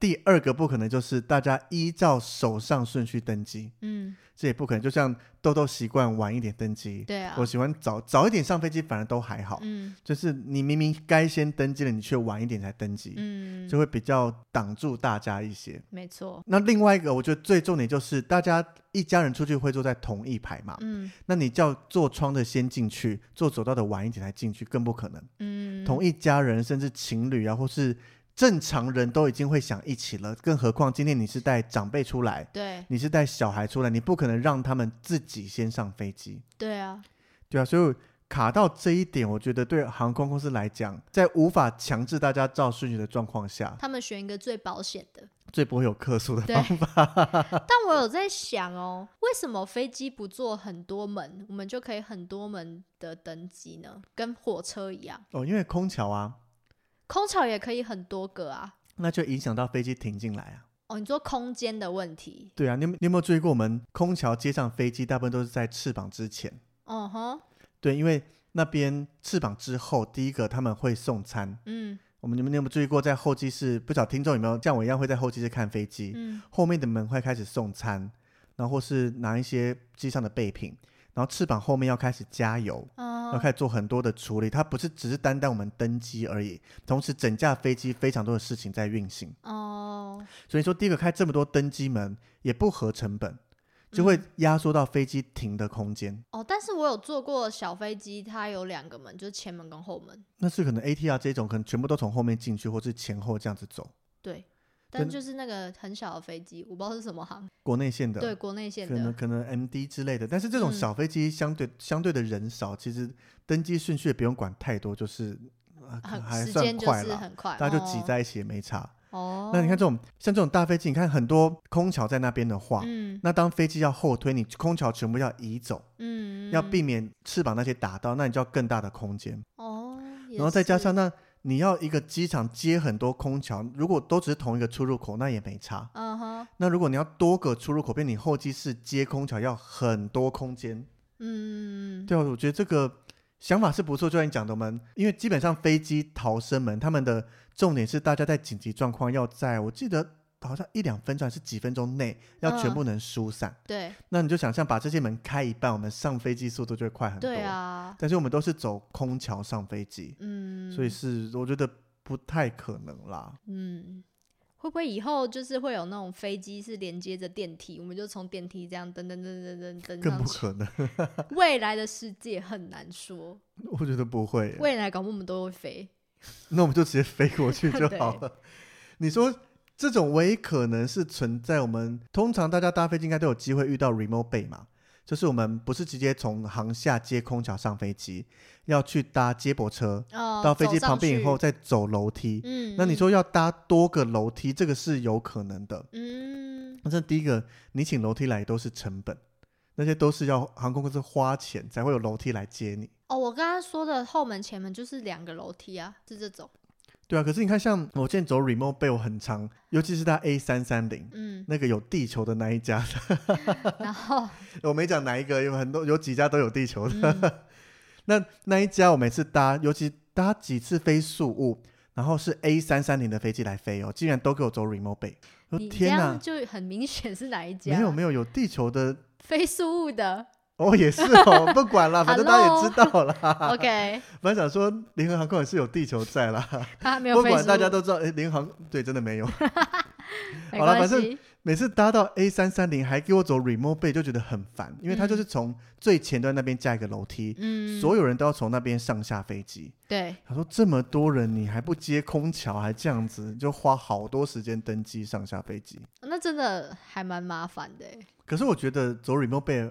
[SPEAKER 2] 第二个不可能就是大家依照手上顺序登机，
[SPEAKER 1] 嗯，
[SPEAKER 2] 这也不可能。就像豆豆习惯晚一点登机，
[SPEAKER 1] 对啊
[SPEAKER 2] 我，喜欢早早一点上飞机，反而都还好。
[SPEAKER 1] 嗯
[SPEAKER 2] 就是你明明该先登机了，你却晚一点才登机，
[SPEAKER 1] 嗯，
[SPEAKER 2] 就会比较挡住大家一些。
[SPEAKER 1] 没错。
[SPEAKER 2] 那另外一个，我觉得最重点就是大家一家人出去会坐在同一排嘛，
[SPEAKER 1] 嗯
[SPEAKER 2] 那你叫坐窗的先进去，坐走道的晚一点才进去，更不可能。
[SPEAKER 1] 嗯，
[SPEAKER 2] 同一家人甚至情侣啊，或是正常人都已经会想一起了，更何况今天你是带长辈出来，
[SPEAKER 1] 对
[SPEAKER 2] 你是带小孩出来，你不可能让他们自己先上飞机。
[SPEAKER 1] 对啊，
[SPEAKER 2] 对啊，所以卡到这一点，我觉得对航空公司来讲，在无法强制大家照顺序的状况下，
[SPEAKER 1] 他们选一个最保险的。
[SPEAKER 2] 最不会有客诉的
[SPEAKER 1] 对
[SPEAKER 2] 方法。
[SPEAKER 1] 但我有在想哦，为什么飞机不做很多门，我们就可以很多门的登机呢？跟火车一样，
[SPEAKER 2] 哦，因为空桥啊，
[SPEAKER 1] 空桥也可以很多个啊。
[SPEAKER 2] 那就影响到飞机停进来啊。
[SPEAKER 1] 哦，你说空间的问题，
[SPEAKER 2] 对啊，你有你有没有注意过，我们空桥接上飞机，大部分都是在翅膀之前。
[SPEAKER 1] 嗯哼，
[SPEAKER 2] 对，因为那边翅膀之后，第一个他们会送餐。
[SPEAKER 1] 嗯
[SPEAKER 2] 我们你们你有没有注意过，在候机室，不晓得听众有没有像我一样会在候机室看飞机？
[SPEAKER 1] 嗯
[SPEAKER 2] 后面的门会开始送餐，然后或是拿一些机上的备品，然后翅膀后面要开始加油，要
[SPEAKER 1] 嗯，
[SPEAKER 2] 开始做很多的处理。它不是只是单单我们登机而已，同时整架飞机非常多的事情在运行。
[SPEAKER 1] 哦，
[SPEAKER 2] 所以说，第一个开这么多登机门也不合成本，就会压缩到飞机停的空间。
[SPEAKER 1] 哦，但是我有坐过小飞机，它有两个门，就是前门跟后门。
[SPEAKER 2] 那是可能 ATR 这种，可能全部都从后面进去，或是前后这样子走。
[SPEAKER 1] 对，
[SPEAKER 2] 真
[SPEAKER 1] 但
[SPEAKER 2] 的
[SPEAKER 1] 就是那个很小的飞机，我不知道是什么航，
[SPEAKER 2] 国内线的，
[SPEAKER 1] 对，国内线
[SPEAKER 2] 啊可能
[SPEAKER 1] 的。
[SPEAKER 2] 可能 MD 之类的，但是这种
[SPEAKER 1] 嗯
[SPEAKER 2] 小飞机相对、相对的人少，其实登机顺序也不用管太多，就是、呃、可能还
[SPEAKER 1] 很时
[SPEAKER 2] 算
[SPEAKER 1] 间就
[SPEAKER 2] 快
[SPEAKER 1] 是
[SPEAKER 2] 啦，
[SPEAKER 1] 很快，
[SPEAKER 2] 大家就挤
[SPEAKER 1] 哦
[SPEAKER 2] 在一起也没差。
[SPEAKER 1] 哦。
[SPEAKER 2] 那你看这种像这种大飞机，你看很多空桥在那边的话，
[SPEAKER 1] 嗯
[SPEAKER 2] 那当飞机要后推，你空桥全部要移走，
[SPEAKER 1] 嗯，
[SPEAKER 2] 要
[SPEAKER 1] 嗯
[SPEAKER 2] 避免翅膀那些打到，那你就要更大的空间。
[SPEAKER 1] 哦，也
[SPEAKER 2] 然后再加
[SPEAKER 1] 是
[SPEAKER 2] 上那你要一个机场接很多空桥，如果都只是同一个出入口，那也没差。
[SPEAKER 1] 嗯哼
[SPEAKER 2] 那如果你要多个出入口，变成你候机室接空桥要很多空间。
[SPEAKER 1] 嗯，
[SPEAKER 2] 对啊，我觉得这个想法是不错。就像你讲的，我们因为基本上飞机逃生门他们的重点是大家在紧急状况要在我记得好像一两分钟还是几分钟内要全
[SPEAKER 1] 嗯
[SPEAKER 2] 部能疏散。
[SPEAKER 1] 对
[SPEAKER 2] 那你就想象把这些门开一半，我们上飞机速度就会快很多。
[SPEAKER 1] 对啊，
[SPEAKER 2] 但是我们都是走空桥上飞机，
[SPEAKER 1] 嗯，
[SPEAKER 2] 所以是我觉得不太可能啦。
[SPEAKER 1] 嗯，会不会以后就是会有那种飞机是连接着电梯，我们就从电梯这样噔噔噔噔噔
[SPEAKER 2] 更
[SPEAKER 1] 噔上
[SPEAKER 2] 不
[SPEAKER 1] 去？
[SPEAKER 2] 可能，
[SPEAKER 1] 未来的世界很难说，
[SPEAKER 2] 我觉得不会耶。
[SPEAKER 1] 未来搞不好我们都会飞。
[SPEAKER 2] 那我们就直接飞过去就
[SPEAKER 1] 对
[SPEAKER 2] 好了。你说这种唯一可能是存在我们通常大家搭飞机应该都有机会遇到 remote bay 嘛，就是我们不是直接从航下接空桥上飞机，要去搭接驳车，
[SPEAKER 1] 哦，
[SPEAKER 2] 到飞
[SPEAKER 1] 走
[SPEAKER 2] 机
[SPEAKER 1] 上
[SPEAKER 2] 旁边以
[SPEAKER 1] 去
[SPEAKER 2] 后，再走楼梯。
[SPEAKER 1] 嗯，
[SPEAKER 2] 那你
[SPEAKER 1] 嗯，
[SPEAKER 2] 说要搭多个楼梯，这个是有可能的。
[SPEAKER 1] 嗯，
[SPEAKER 2] 那这第一个，你请楼梯来都是成本，那些都是要航空公司花钱才会有楼梯来接你。
[SPEAKER 1] 哦，我刚刚说的后门前门就是两个楼梯啊，是这种，
[SPEAKER 2] 对啊，可是你看，像我现在走 remote bay 我很长，尤其是搭 A 三三零
[SPEAKER 1] 嗯，
[SPEAKER 2] 那个有地球的那一家，
[SPEAKER 1] 然后，
[SPEAKER 2] 我没讲哪一个，有很多有几家都有地球的。
[SPEAKER 1] 嗯
[SPEAKER 2] 那那一家我每次搭，尤其搭几次飞宿务，然后是 A 三三零的飞机来飞哦，竟然都给我走 remote bay，我
[SPEAKER 1] 你这
[SPEAKER 2] 天
[SPEAKER 1] 样
[SPEAKER 2] 哪！
[SPEAKER 1] 就很明显是哪一家，
[SPEAKER 2] 没有没有，有地球的
[SPEAKER 1] 非苏 务的
[SPEAKER 2] 哦，也是 哦，不管啦，反正大家也知道啦。
[SPEAKER 1] ，OK，
[SPEAKER 2] 本来想说联合航空也是有地球在啦，
[SPEAKER 1] 他没有
[SPEAKER 2] 不
[SPEAKER 1] 非
[SPEAKER 2] 管
[SPEAKER 1] 苏，
[SPEAKER 2] 大家都知道，哎，联航对真的没有。
[SPEAKER 1] 没
[SPEAKER 2] 好了
[SPEAKER 1] 关
[SPEAKER 2] 反正
[SPEAKER 1] 系，
[SPEAKER 2] 每次搭到 A 三三零还给我走 remote bay 就觉得很烦，因为它
[SPEAKER 1] 嗯
[SPEAKER 2] 就是从最前端那边加一个楼梯，
[SPEAKER 1] 嗯，
[SPEAKER 2] 所有人都要从那边上下飞机。
[SPEAKER 1] 对，
[SPEAKER 2] 他说这么多人你还不接空桥，还这样子，就花好多时间登机上下飞机。
[SPEAKER 1] 那真的还蛮麻烦的欸，
[SPEAKER 2] 可是我觉得走 remote bay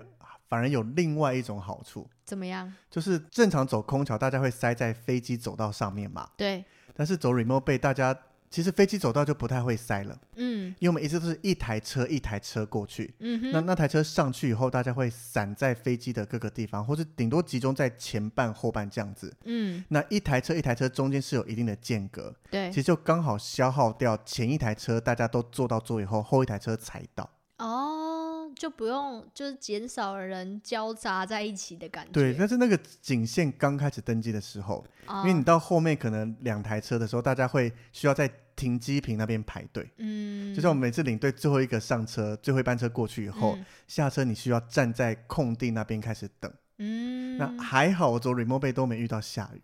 [SPEAKER 2] 反而有另外一种好处，
[SPEAKER 1] 怎么样？
[SPEAKER 2] 就是正常走空桥大家会塞在飞机走道上面嘛，
[SPEAKER 1] 对，
[SPEAKER 2] 但是走 remote bay 大家其实飞机走道就不太会塞了，
[SPEAKER 1] 嗯
[SPEAKER 2] 因为我们一直都是一台车一台车过去，
[SPEAKER 1] 嗯
[SPEAKER 2] 那
[SPEAKER 1] 哼，
[SPEAKER 2] 那台车上去以后，大家会散在飞机的各个地方，或是顶多集中在前半、后半这样子。
[SPEAKER 1] 嗯，
[SPEAKER 2] 那一台车一台车中间是有一定的间隔，
[SPEAKER 1] 对
[SPEAKER 2] 其，实就刚好消耗掉前一台车，大家都坐到座以后，后一台车才到。
[SPEAKER 1] 哦，就不用，就是减少人交杂在一起的感觉，
[SPEAKER 2] 对，但是那个仅限刚开始登机的时候，因
[SPEAKER 1] 啊，
[SPEAKER 2] 为你到后面可能两台车的时候，大家会需要在停机坪那边排队。
[SPEAKER 1] 嗯，
[SPEAKER 2] 就像我们每次领队最后一个上车，最后一班车过去以后，
[SPEAKER 1] 嗯
[SPEAKER 2] 下车你需要站在空地那边开始等。
[SPEAKER 1] 嗯，
[SPEAKER 2] 那还好，我走 remote bay 都没遇到下雨。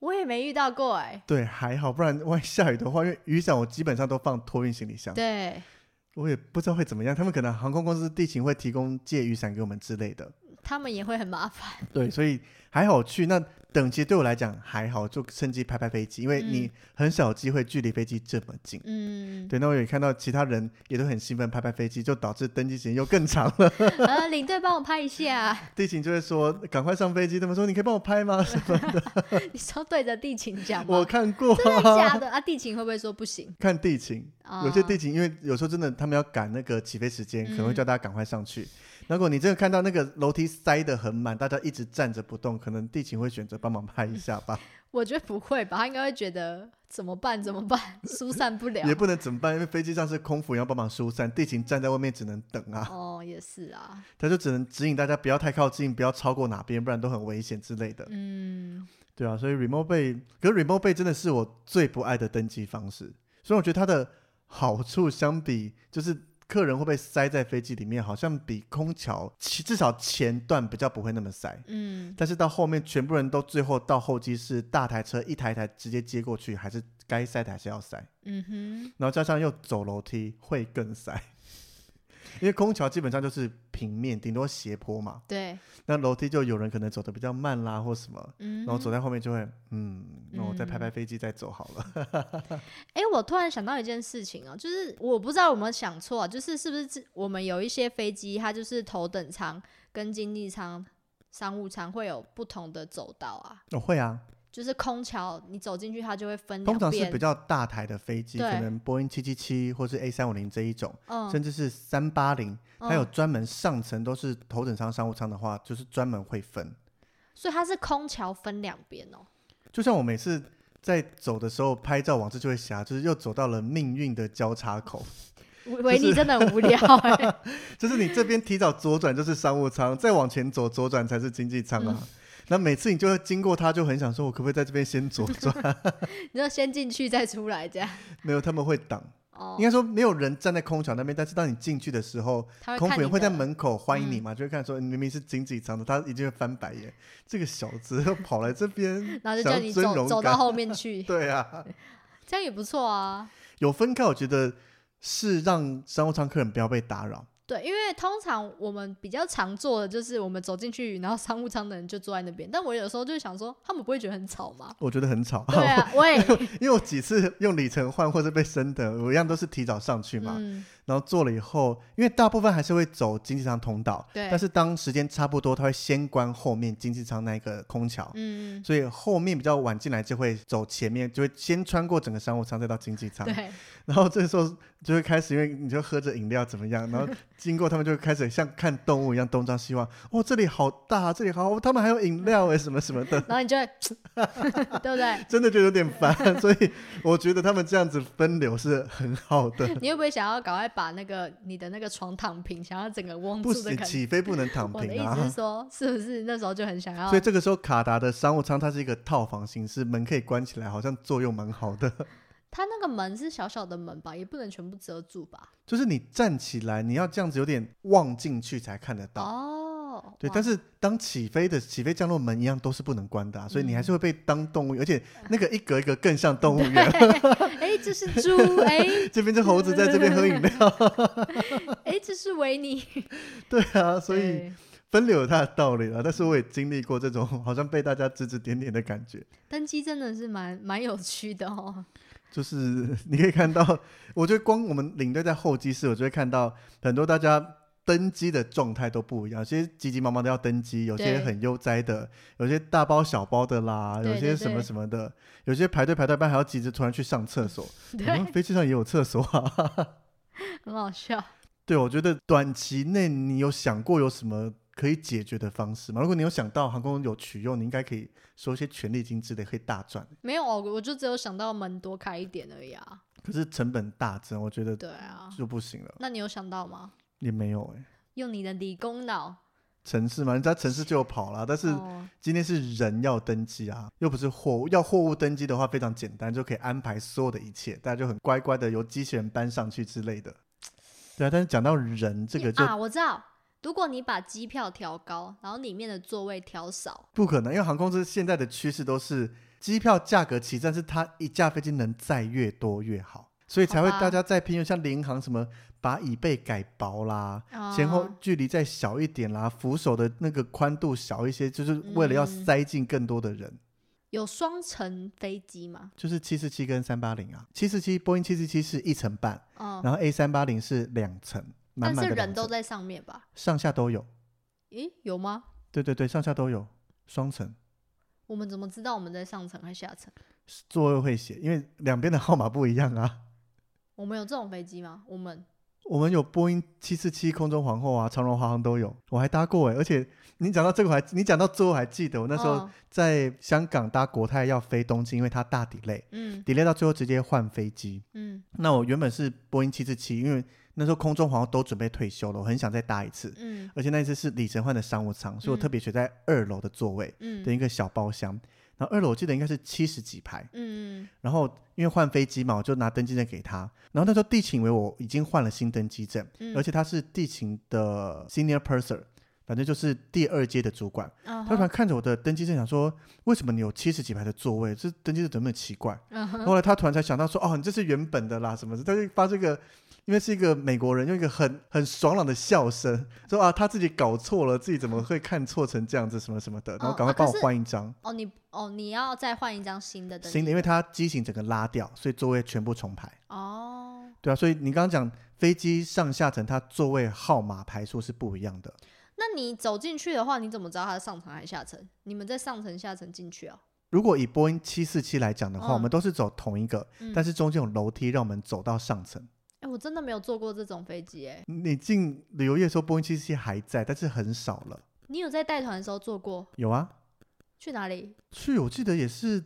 [SPEAKER 1] 我也没遇到过哎、
[SPEAKER 2] 对，还好，不然万一下雨的话，因为雨伞我基本上都放托运行李箱，
[SPEAKER 1] 对，
[SPEAKER 2] 我也不知道会怎么样。他们可能航空公司地勤会提供借雨伞给我们之类的，
[SPEAKER 1] 他们也会很麻烦。
[SPEAKER 2] 对，所以还好去。那等级对我来讲还好，就趁机拍拍飞机，因为你
[SPEAKER 1] 嗯
[SPEAKER 2] 很少有机会距离飞机这么近。
[SPEAKER 1] 嗯，
[SPEAKER 2] 对，那我也看到其他人也都很兴奋拍拍飞机，就导致登机时间又更长了。
[SPEAKER 1] 呃，领队帮我拍一下，
[SPEAKER 2] 地勤就会说赶快上飞机，他们说你可以帮我拍吗？什么
[SPEAKER 1] 你说对着地勤 讲
[SPEAKER 2] 我
[SPEAKER 1] 吗？
[SPEAKER 2] 看过、
[SPEAKER 1] 真的
[SPEAKER 2] 啊，
[SPEAKER 1] 假的啊？地勤会不会说不行
[SPEAKER 2] 看地勤。
[SPEAKER 1] 啊？
[SPEAKER 2] 有些地勤，因为有时候真的他们要赶那个起飞时间，可能会
[SPEAKER 1] 嗯
[SPEAKER 2] 叫大家赶快上去。如果你真的看到那个楼梯塞得很满，大家一直站着不动，可能地勤会选择帮忙拍一下 吧，
[SPEAKER 1] 我觉得不会吧，他应该会觉得怎么办？怎么办？ 疏散不了。
[SPEAKER 2] 也不能怎么办，因为飞机上是空服，要帮忙疏散，地勤站在外面只能等啊，
[SPEAKER 1] 哦，也是啊，
[SPEAKER 2] 他就只能指引大家不要太靠近，不要超过哪边，不然都很危险之类的。
[SPEAKER 1] 嗯，
[SPEAKER 2] 对啊，所以 remote bay，可是 remote bay 真的是我最不爱的登机方式，所以我觉得它的好处相比就是客人会被塞在飞机里面，好像比空桥其至少前段比较不会那么塞，
[SPEAKER 1] 嗯，
[SPEAKER 2] 但是到后面全部人都最后到候机室，大台车一台一台直接接过去，还是该塞的还是要塞，
[SPEAKER 1] 嗯哼，
[SPEAKER 2] 然后加上又走楼梯会更塞， 因为空桥基本上就是平面，顶多斜坡嘛。
[SPEAKER 1] 对，
[SPEAKER 2] 那楼梯就有人可能走的比较慢啦，或什么，
[SPEAKER 1] 嗯
[SPEAKER 2] 然。后走在后面就会，嗯，那我再拍
[SPEAKER 1] 嗯
[SPEAKER 2] 拍飞机再走好了。
[SPEAKER 1] 哎、我突然想到一件事情啊，就是我不知道有没有想错、啊，就是是不是自我们有一些飞机，它就是头等舱跟经济舱、商务舱会有不同的走道啊，
[SPEAKER 2] 我、会啊，
[SPEAKER 1] 就是空桥你走进去，它就会分
[SPEAKER 2] 通
[SPEAKER 1] 两
[SPEAKER 2] 常是
[SPEAKER 1] 边
[SPEAKER 2] 比，较大台的飞机，可
[SPEAKER 1] 对
[SPEAKER 2] 能波音七七七或是 A 三五零这一种，
[SPEAKER 1] 嗯，
[SPEAKER 2] 甚至是三八零，
[SPEAKER 1] 嗯
[SPEAKER 2] 它有专门上层都是头等舱、商务舱的话，就是专门会分。
[SPEAKER 1] 所以它是空桥分两边哦。
[SPEAKER 2] 就像我每次在走的时候拍照，往这就会想，就是又走到了命运的交叉口，
[SPEAKER 1] 维维尼真的很无聊、欸，
[SPEAKER 2] 就是你这边提早左转就是商务舱，再往前走左转才是经济舱
[SPEAKER 1] 嗯
[SPEAKER 2] 啊。那每次你就会经过它，就很想说，我可不可以在这边先左转？
[SPEAKER 1] 你就先进去再出来这样。
[SPEAKER 2] 没有，他们会挡。
[SPEAKER 1] 哦
[SPEAKER 2] 应，该说没有人站在空桥那边，但是当你进去的时候，
[SPEAKER 1] 他会
[SPEAKER 2] 空
[SPEAKER 1] 看
[SPEAKER 2] 服
[SPEAKER 1] 你
[SPEAKER 2] 员会在
[SPEAKER 1] 的，
[SPEAKER 2] 门口欢迎你嘛，就会看说嗯你明明是经济舱的，他一定会翻白眼，这个小子又跑来这边
[SPEAKER 1] 然后就
[SPEAKER 2] 想要
[SPEAKER 1] 叫你
[SPEAKER 2] 尊
[SPEAKER 1] 走
[SPEAKER 2] 荣
[SPEAKER 1] 走
[SPEAKER 2] 感
[SPEAKER 1] 到后面 去，
[SPEAKER 2] 对啊，
[SPEAKER 1] 这样也不错啊。
[SPEAKER 2] 有分开，我觉得是让商务舱客人不要被打扰。？
[SPEAKER 1] 对，因为通常我们比较常做的就是我们走进去，然后商务舱的人就坐在那边。但我有时候就想说，他们不会觉得很吵吗
[SPEAKER 2] 我觉得很吵，
[SPEAKER 1] 对啊，喂，
[SPEAKER 2] 因为我几次用里程换或者被升等，我一样都是提早上去嘛，
[SPEAKER 1] 嗯，
[SPEAKER 2] 然后坐了以后，因为大部分还是会走经济舱通道，
[SPEAKER 1] 对
[SPEAKER 2] 但是当时间差不多，他会先关后面经济舱那一个空桥，
[SPEAKER 1] 嗯，
[SPEAKER 2] 所以后面比较晚进来就会走前面，就会先穿过整个商务舱，再到经济舱。
[SPEAKER 1] 嗯对，
[SPEAKER 2] 然后这时候就会开始，因为你就喝着饮料怎么样，然后经过他们就会开始像看动物一样东张西望。哦，这里好大，这里好，哦他们还有饮料哎，什么什么的，
[SPEAKER 1] 然后你就会， 对不对？
[SPEAKER 2] 真的就有点烦。 所以我觉得他们这样子分流是很好的。
[SPEAKER 1] 你会不会想要赶快把那个你的那个床躺平，想要整个翁
[SPEAKER 2] 不
[SPEAKER 1] 住的
[SPEAKER 2] 行，
[SPEAKER 1] 感觉？
[SPEAKER 2] 起飞不能躺
[SPEAKER 1] 我的
[SPEAKER 2] 平
[SPEAKER 1] 意思
[SPEAKER 2] 啊
[SPEAKER 1] 是。说，是不是那时候就很想要
[SPEAKER 2] 所以？这个时候，卡达的商务舱它是一个套房形式，门可以关起来，好像作用蛮好的。
[SPEAKER 1] 它那个门是小小的门吧，也不能全部遮住吧？
[SPEAKER 2] 就是你站起来，你要这样子有点望进去才看得到。
[SPEAKER 1] 哦，
[SPEAKER 2] 对，
[SPEAKER 1] 哇
[SPEAKER 2] 但是当起飞的起飞降落门一样都是不能关的、啊，所以
[SPEAKER 1] 嗯
[SPEAKER 2] 你还是会被当动物，而且那个一格一格更像动物园。
[SPEAKER 1] 哎，这是猪，哎
[SPEAKER 2] 这边是猴子在这边喝饮 料，
[SPEAKER 1] 哎，这是维尼，
[SPEAKER 2] 对啊，所以
[SPEAKER 1] 对
[SPEAKER 2] 分流有它的道理了。但是我也经历过这种好像被大家指指点点的感觉，
[SPEAKER 1] 登机真的是蛮 蛮有趣的 哦。
[SPEAKER 2] 就是你可以看到，我觉得光我们领队在候机室，我就会看到很多大家。登机的状态都不一样，有些急急忙忙的要登机，有些
[SPEAKER 1] 对
[SPEAKER 2] 很悠哉的，有些大包小包的啦，
[SPEAKER 1] 对
[SPEAKER 2] 有些
[SPEAKER 1] 对
[SPEAKER 2] 什么
[SPEAKER 1] 对
[SPEAKER 2] 什么的，有些排队排到一半还要急着突然去上厕 所，我
[SPEAKER 1] 对
[SPEAKER 2] 们，飞机上也有厕所啊。
[SPEAKER 1] 很好笑。
[SPEAKER 2] 对，我觉得短期内你有想过有什么可以解决的方式吗？如果你有想到航空有取用，你应该可以收一些权利金之类，可以大赚。
[SPEAKER 1] 没有哦，我就只有想到门多开一点而已啊。
[SPEAKER 2] 可是成本大增，我觉得
[SPEAKER 1] 对啊，
[SPEAKER 2] 就不行了，
[SPEAKER 1] 那你有想到吗？
[SPEAKER 2] 也没有哎、
[SPEAKER 1] 用你的理工脑，
[SPEAKER 2] 城市嘛，人家城市就有跑啦，但是
[SPEAKER 1] 哦、
[SPEAKER 2] 今天是人要登机啊，又不是货物。要货物登机的话，非常简单，就可以安排所有的一切，大家就很乖乖的由机器人搬上去之类的。对啊，但是讲到人这
[SPEAKER 1] 因
[SPEAKER 2] 个就
[SPEAKER 1] 啊，我知道。如果你把机票调高，然后里面的座位调少，
[SPEAKER 2] 不可能，因为航空公司现在的趋势都是机票价格起，但是它一架飞机能载越多越好，所以才会
[SPEAKER 1] 好吧
[SPEAKER 2] 大家在拼，像联航什么把椅背改薄啦，
[SPEAKER 1] 啊
[SPEAKER 2] 前后距离再小一点啦，扶手的那个宽度小一些，就是为了要
[SPEAKER 1] 嗯
[SPEAKER 2] 塞进更多的人。
[SPEAKER 1] 有双层飞机吗？
[SPEAKER 2] 就是七四七跟三八零啊，七四七波音七四七是一层半，
[SPEAKER 1] 嗯，
[SPEAKER 2] 然后 A 三八零是两层，满
[SPEAKER 1] 但
[SPEAKER 2] 满
[SPEAKER 1] 是
[SPEAKER 2] 的两
[SPEAKER 1] 人
[SPEAKER 2] 层
[SPEAKER 1] 都在上面吧？
[SPEAKER 2] 上下都有，
[SPEAKER 1] 咦，有吗？
[SPEAKER 2] 对对对，上下都有双层。
[SPEAKER 1] 我们怎么知道我们在上层还是下层？
[SPEAKER 2] 座位会写，因为两边的号码不一样啊。
[SPEAKER 1] 我们有这种飞机吗？我们
[SPEAKER 2] 我们有波音七四七空中皇后啊，长荣华航都有，我还搭过哎、而且你讲到这个，我还你讲到最后还记得，我那时候
[SPEAKER 1] 哦
[SPEAKER 2] 在香港搭国泰要飞东京，因为它大 delay，delay
[SPEAKER 1] 嗯
[SPEAKER 2] 到最后直接换飞机。
[SPEAKER 1] 嗯
[SPEAKER 2] 那我原本是波音七四七，因为那时候空中皇后都准备退休了，我很想再搭一次，
[SPEAKER 1] 嗯
[SPEAKER 2] 而且那一次是里程换的商务舱，所以我
[SPEAKER 1] 嗯
[SPEAKER 2] 特别选在二楼的座位
[SPEAKER 1] 嗯
[SPEAKER 2] 的一个小包厢。然后二楼我记得应该是七十几排，
[SPEAKER 1] 嗯
[SPEAKER 2] 然后因为换飞机嘛，我就拿登机证给他。然后那时候地勤以为我已经换了新登机证，
[SPEAKER 1] 嗯
[SPEAKER 2] 而且他是地勤的 senior purser，反正就是第二阶的主管，
[SPEAKER 1] 嗯
[SPEAKER 2] 他突
[SPEAKER 1] 哼
[SPEAKER 2] 然看着我的登机证，想说为什么你有七十几排的座位？这登机证怎么那么奇怪？
[SPEAKER 1] 嗯哼，
[SPEAKER 2] 后来他突然才想到说，哦，你这是原本的啦，什么的？他就发这个，因为是一个美国人，用一个很很爽朗的笑声说啊，他自己搞错了，自己怎么会看错成这样子，什么什么的，然后
[SPEAKER 1] 哦
[SPEAKER 2] 赶快
[SPEAKER 1] 啊
[SPEAKER 2] 帮我
[SPEAKER 1] 可是
[SPEAKER 2] 换一张
[SPEAKER 1] 哦，你哦，你要再换一张新的登
[SPEAKER 2] 新的，
[SPEAKER 1] 记
[SPEAKER 2] 因为他机型整个拉掉，所以座位全部重排。
[SPEAKER 1] 哦，
[SPEAKER 2] 对啊，所以你刚刚讲飞机上下层，它座位号码排数是不一样的。
[SPEAKER 1] 那你走进去的话，你怎么知道它是上层还是下层？你们在上层、下层进去哦。
[SPEAKER 2] 如果以波音七四七来讲的话，我们都是走同一个，
[SPEAKER 1] 嗯
[SPEAKER 2] 但是中间有楼梯让我们走到上层。
[SPEAKER 1] 哎、我真的没有坐过这种飞机哎、
[SPEAKER 2] 你进旅游业的时候，波音七四七还在，但是很少了。
[SPEAKER 1] 你有在带团的时候坐过？
[SPEAKER 2] 有啊，
[SPEAKER 1] 去哪里？
[SPEAKER 2] 去我记得也是，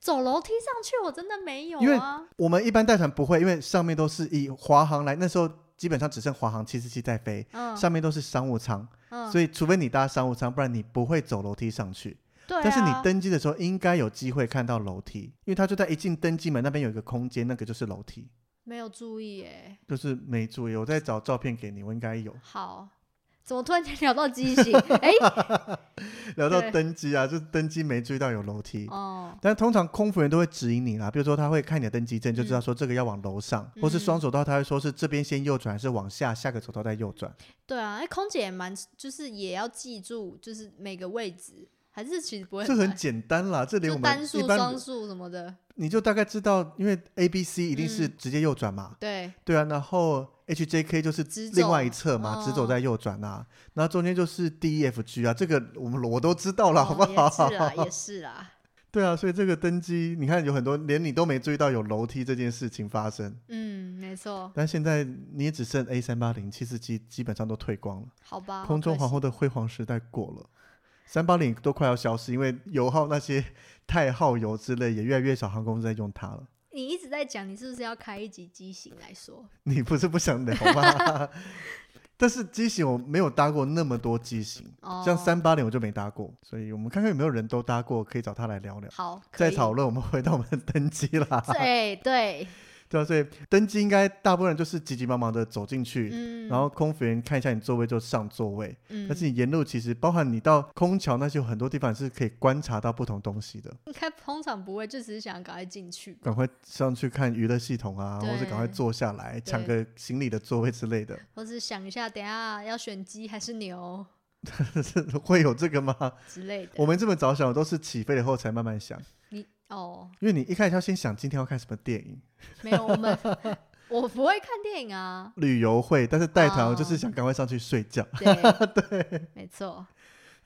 [SPEAKER 1] 走楼梯上去，我真的没有
[SPEAKER 2] 因为
[SPEAKER 1] 啊。
[SPEAKER 2] 我们一般带团不会，因为上面都是以华航来，那时候基本上只剩华航七四七在飞，
[SPEAKER 1] 嗯
[SPEAKER 2] 上面都是商务舱，
[SPEAKER 1] 嗯，
[SPEAKER 2] 所以除非你搭商务舱，不然你不会走楼梯上去。
[SPEAKER 1] 对、啊，
[SPEAKER 2] 但是你登机的时候应该有机会看到楼梯，因为它就在一进登机门那边有一个空间，那个就是楼梯。
[SPEAKER 1] 没有注意哎、
[SPEAKER 2] 就是没注意，我再找照片给你，我应该有。
[SPEAKER 1] 好，怎么突然间 聊到机型？ 哎、
[SPEAKER 2] 聊到
[SPEAKER 1] 对
[SPEAKER 2] 登机啊，就是登机没注意到有楼梯，
[SPEAKER 1] 哦，
[SPEAKER 2] 但通常空服员都会指引你啦，比如说他会看你的登机证，就知道说这个要往楼上，或是
[SPEAKER 1] 嗯
[SPEAKER 2] 双手道，他会说是这边先右转，还是往下下个走道再右转。
[SPEAKER 1] 对啊，哎、空姐也蛮，就是也要记住，就是每个位置，还是其实不会
[SPEAKER 2] 这很
[SPEAKER 1] 难
[SPEAKER 2] 简单啦，这连我
[SPEAKER 1] 就单
[SPEAKER 2] 们一
[SPEAKER 1] 数、
[SPEAKER 2] 般
[SPEAKER 1] 双数什么的。
[SPEAKER 2] 你就大概知道，因为 A、B、C 一定是
[SPEAKER 1] 嗯
[SPEAKER 2] 直接右转嘛，
[SPEAKER 1] 对，
[SPEAKER 2] 对啊，然后 H、J、K 就是
[SPEAKER 1] 直走
[SPEAKER 2] 另外一侧嘛，直走
[SPEAKER 1] 哦
[SPEAKER 2] 在右转啊，然后中间就是 D、E、F、G 啊，这个我们我都知道了，好不好？
[SPEAKER 1] 哦、也是啦，也是啦。
[SPEAKER 2] 对啊，所以这个登机，你看有很多连你都没注意到有楼梯这件事情发生，
[SPEAKER 1] 嗯，没错，
[SPEAKER 2] 但现在你也只剩 A 三八零七四七基本上都退光了，
[SPEAKER 1] 好吧。好
[SPEAKER 2] 空中
[SPEAKER 1] 可
[SPEAKER 2] 皇
[SPEAKER 1] 惜
[SPEAKER 2] 后的辉煌时代过了，三八零都快要消失，因为油耗那些太耗油之类也越来越少航空公司在用它了。
[SPEAKER 1] 你一直在讲，你是不是要开一集机型来说？
[SPEAKER 2] 你不是不想聊 吗？但是机型我没有搭过那么多机型，
[SPEAKER 1] 哦，
[SPEAKER 2] 像三八零我就没搭过，所以我们看看有没有人都搭过，可以找他来聊聊。
[SPEAKER 1] 好，可
[SPEAKER 2] 再
[SPEAKER 1] 以
[SPEAKER 2] 讨。论，我啊们回到我们的登机 啦。
[SPEAKER 1] 对 对，
[SPEAKER 2] 对啊，所以登机应该大部分人就是急急忙忙的走进去，
[SPEAKER 1] 嗯，
[SPEAKER 2] 然后空服员看一下你座位就上座位。
[SPEAKER 1] 嗯，
[SPEAKER 2] 但是你沿路其实包含你到空桥那些有很多地方是可以观察到不同东西的，
[SPEAKER 1] 应该通常不会，就只是想赶快进去。
[SPEAKER 2] 赶快上去看娱乐系统啊，
[SPEAKER 1] 对
[SPEAKER 2] 或是赶快坐下来抢个行李的座位之类的，
[SPEAKER 1] 或是想一下，等一下要选鸡还是牛
[SPEAKER 2] 会有这个吗？
[SPEAKER 1] 之类
[SPEAKER 2] 我
[SPEAKER 1] 的。
[SPEAKER 2] 们这么早想，我都是起飞了后才慢慢想，
[SPEAKER 1] 你哦，
[SPEAKER 2] 因为你一开始要先想今天要看什么电影。
[SPEAKER 1] 没有，我 们我不会看电影啊。
[SPEAKER 2] 旅游会，但是带团
[SPEAKER 1] 哦
[SPEAKER 2] 我就是想赶快上去睡觉。
[SPEAKER 1] 对对，没错。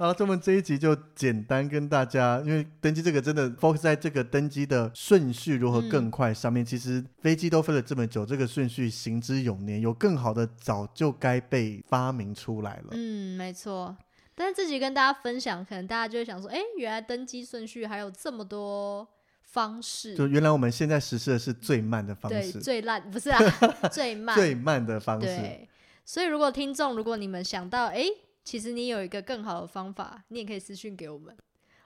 [SPEAKER 2] 好，那我们这一集就简单跟大家，因为登机这个真的 focus 在这个登机的顺序如何
[SPEAKER 1] 嗯
[SPEAKER 2] 更快上面。其实飞机都飞了这么久，这个顺序行之有年，有更好的早就该被发明出来了。
[SPEAKER 1] 嗯，没错。但是这集跟大家分享，可能大家就会想说，哎，原来登机顺序还有这么多方式，
[SPEAKER 2] 就原来我们现在实施的是最慢的方
[SPEAKER 1] 对，
[SPEAKER 2] 式，
[SPEAKER 1] 最烂不是 啊，最慢，
[SPEAKER 2] 最慢的方式。
[SPEAKER 1] 对。所以如果听众，如果你们想到，哎，其实你有一个更好的方法，你也可以私讯给我们，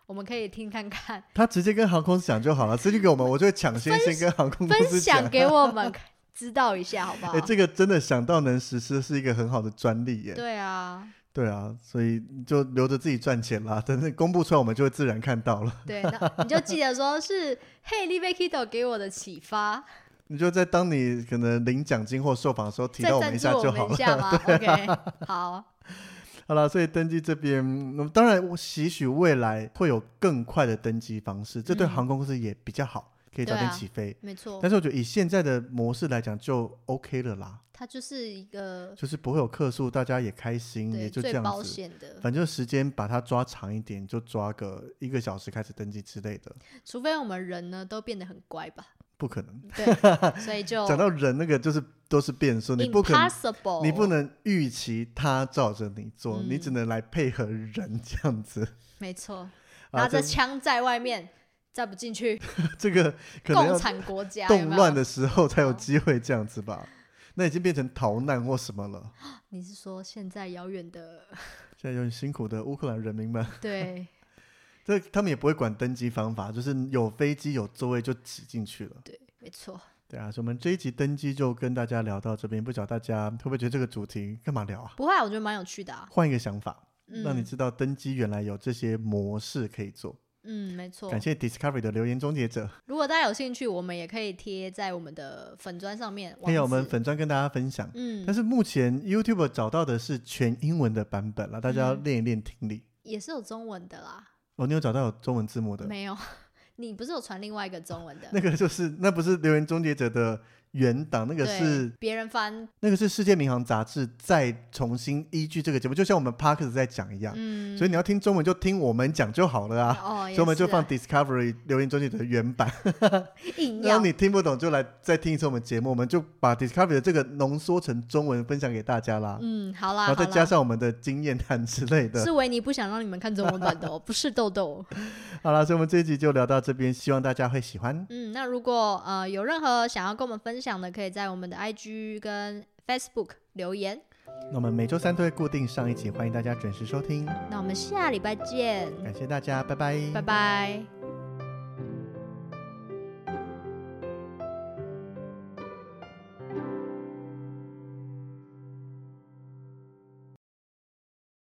[SPEAKER 1] 我们可以听 看看，
[SPEAKER 2] 他直接跟航空公司讲就好了，直接给 我们，我就会抢先先跟航空公
[SPEAKER 1] 分
[SPEAKER 2] 司讲
[SPEAKER 1] 享。给我 们知道一下，好不好？
[SPEAKER 2] 哎，这个真的想到能实施是一个很好的专利耶。
[SPEAKER 1] 对啊，
[SPEAKER 2] 对啊，所以就留着自己赚钱啦。等等公布出来，我们就会自然看到了。
[SPEAKER 1] 对，那你就记得说是嘿 l i v y Kido 给我的启发，
[SPEAKER 2] 你就在当你可能领奖金或受访的时候提
[SPEAKER 1] 再
[SPEAKER 2] 到我们
[SPEAKER 1] 赞
[SPEAKER 2] 一下
[SPEAKER 1] 助
[SPEAKER 2] 就
[SPEAKER 1] 我
[SPEAKER 2] 好
[SPEAKER 1] 们一
[SPEAKER 2] 了。啊
[SPEAKER 1] 下吗？OK，好，
[SPEAKER 2] 好了，所以登机这边，嗯当然我期许未来会有更快的登机方式，这对
[SPEAKER 1] 嗯
[SPEAKER 2] 航空公司也比较好，可以早
[SPEAKER 1] 对
[SPEAKER 2] 点
[SPEAKER 1] 啊
[SPEAKER 2] 起飞。
[SPEAKER 1] 没错
[SPEAKER 2] 但，是我觉得以现在的模式来讲就 OK 了啦，
[SPEAKER 1] 它就是一个
[SPEAKER 2] 就是不会有客诉，大家也开心，嗯也
[SPEAKER 1] 哦对
[SPEAKER 2] 就这
[SPEAKER 1] 最
[SPEAKER 2] 样
[SPEAKER 1] 保
[SPEAKER 2] 子。
[SPEAKER 1] 险的，
[SPEAKER 2] 反正时间把它抓长一点，就抓个一个小时开始登机之类的，
[SPEAKER 1] 除非我们人呢都变得很乖吧，
[SPEAKER 2] 不可能。
[SPEAKER 1] 对，所以就
[SPEAKER 2] 讲到人那个就是都是变数，你不可能，
[SPEAKER 1] impossible，
[SPEAKER 2] 你不能预期他照着你做，
[SPEAKER 1] 哦嗯
[SPEAKER 2] 你只能来配合人这样子。
[SPEAKER 1] 没错，
[SPEAKER 2] 啊，
[SPEAKER 1] 拿
[SPEAKER 2] 这
[SPEAKER 1] 着 枪在外面，再不进去，
[SPEAKER 2] 这个可能
[SPEAKER 1] 共
[SPEAKER 2] 要
[SPEAKER 1] 产国家有
[SPEAKER 2] 动
[SPEAKER 1] 没有
[SPEAKER 2] 乱的时候才有
[SPEAKER 1] 哦
[SPEAKER 2] 机会这样子 吧？那已经变成逃难或什么了。
[SPEAKER 1] 你是说现在遥远的
[SPEAKER 2] 现在有点辛苦的乌克兰人民们，
[SPEAKER 1] 对
[SPEAKER 2] 这他们也不会管登机方法，就是有飞机有座位就挤进去了。
[SPEAKER 1] 对，没错，
[SPEAKER 2] 对啊，所以我们这一集登机就跟大家聊到这边，不晓得大家会不会觉得这个主题干嘛聊啊？
[SPEAKER 1] 不会啊，我觉得蛮有趣的啊，
[SPEAKER 2] 换一个想法，让你
[SPEAKER 1] 嗯
[SPEAKER 2] 知道登机原来有这些模式可以做。
[SPEAKER 1] 嗯，没错
[SPEAKER 2] 感。谢 Discovery 的留言终结者，
[SPEAKER 1] 如果大家有兴趣，我们也可以贴在我们的粉砖上面。
[SPEAKER 2] 还有我们
[SPEAKER 1] 网址，
[SPEAKER 2] 粉砖跟大家分享。
[SPEAKER 1] 嗯，
[SPEAKER 2] 但是目前 YouTube 找到的是全英文的版本了，大家要
[SPEAKER 1] 嗯
[SPEAKER 2] 练一练听力。
[SPEAKER 1] 也是有中文的啦。
[SPEAKER 2] 哦，你有找到有中文字幕的？
[SPEAKER 1] 没有， 你不是有传另外一个 中文的？
[SPEAKER 2] 那个就是那不是留言终结者的原档，那个
[SPEAKER 1] 对
[SPEAKER 2] 是
[SPEAKER 1] 别人翻，
[SPEAKER 2] 那个是世界民航杂志再重新依据这个节目，就像我们 Parkes 在讲一样，
[SPEAKER 1] 嗯，
[SPEAKER 2] 啊所以你要听中文就听我们讲就好了啊。
[SPEAKER 1] 哦，
[SPEAKER 2] 所
[SPEAKER 1] 也
[SPEAKER 2] 以我们就是放
[SPEAKER 1] 啊
[SPEAKER 2] Discovery 留言终结者的原版，
[SPEAKER 1] 硬
[SPEAKER 2] 然
[SPEAKER 1] 要
[SPEAKER 2] 后你听不懂就来再听一次我们节目，我们就把 Discovery 的这个浓缩成中文分享给大家啦，
[SPEAKER 1] 嗯，好啦，
[SPEAKER 2] 然后再
[SPEAKER 1] 好啦
[SPEAKER 2] 加上我们的经验谈之类的。
[SPEAKER 1] 是维尼不想让你们看中文版的哦，不是豆豆。
[SPEAKER 2] 好了，所以我们这一集就聊到这边，希望大家会喜欢。
[SPEAKER 1] 嗯，那如果呃有任何想要跟我们分享的，可以在我们的 IG 跟 Facebook 留言。
[SPEAKER 2] 那我们每周三都会固定上一集，欢迎大家准时收听，哎
[SPEAKER 1] 那我们下礼拜见，
[SPEAKER 2] 感谢大家，拜拜，
[SPEAKER 1] 拜拜。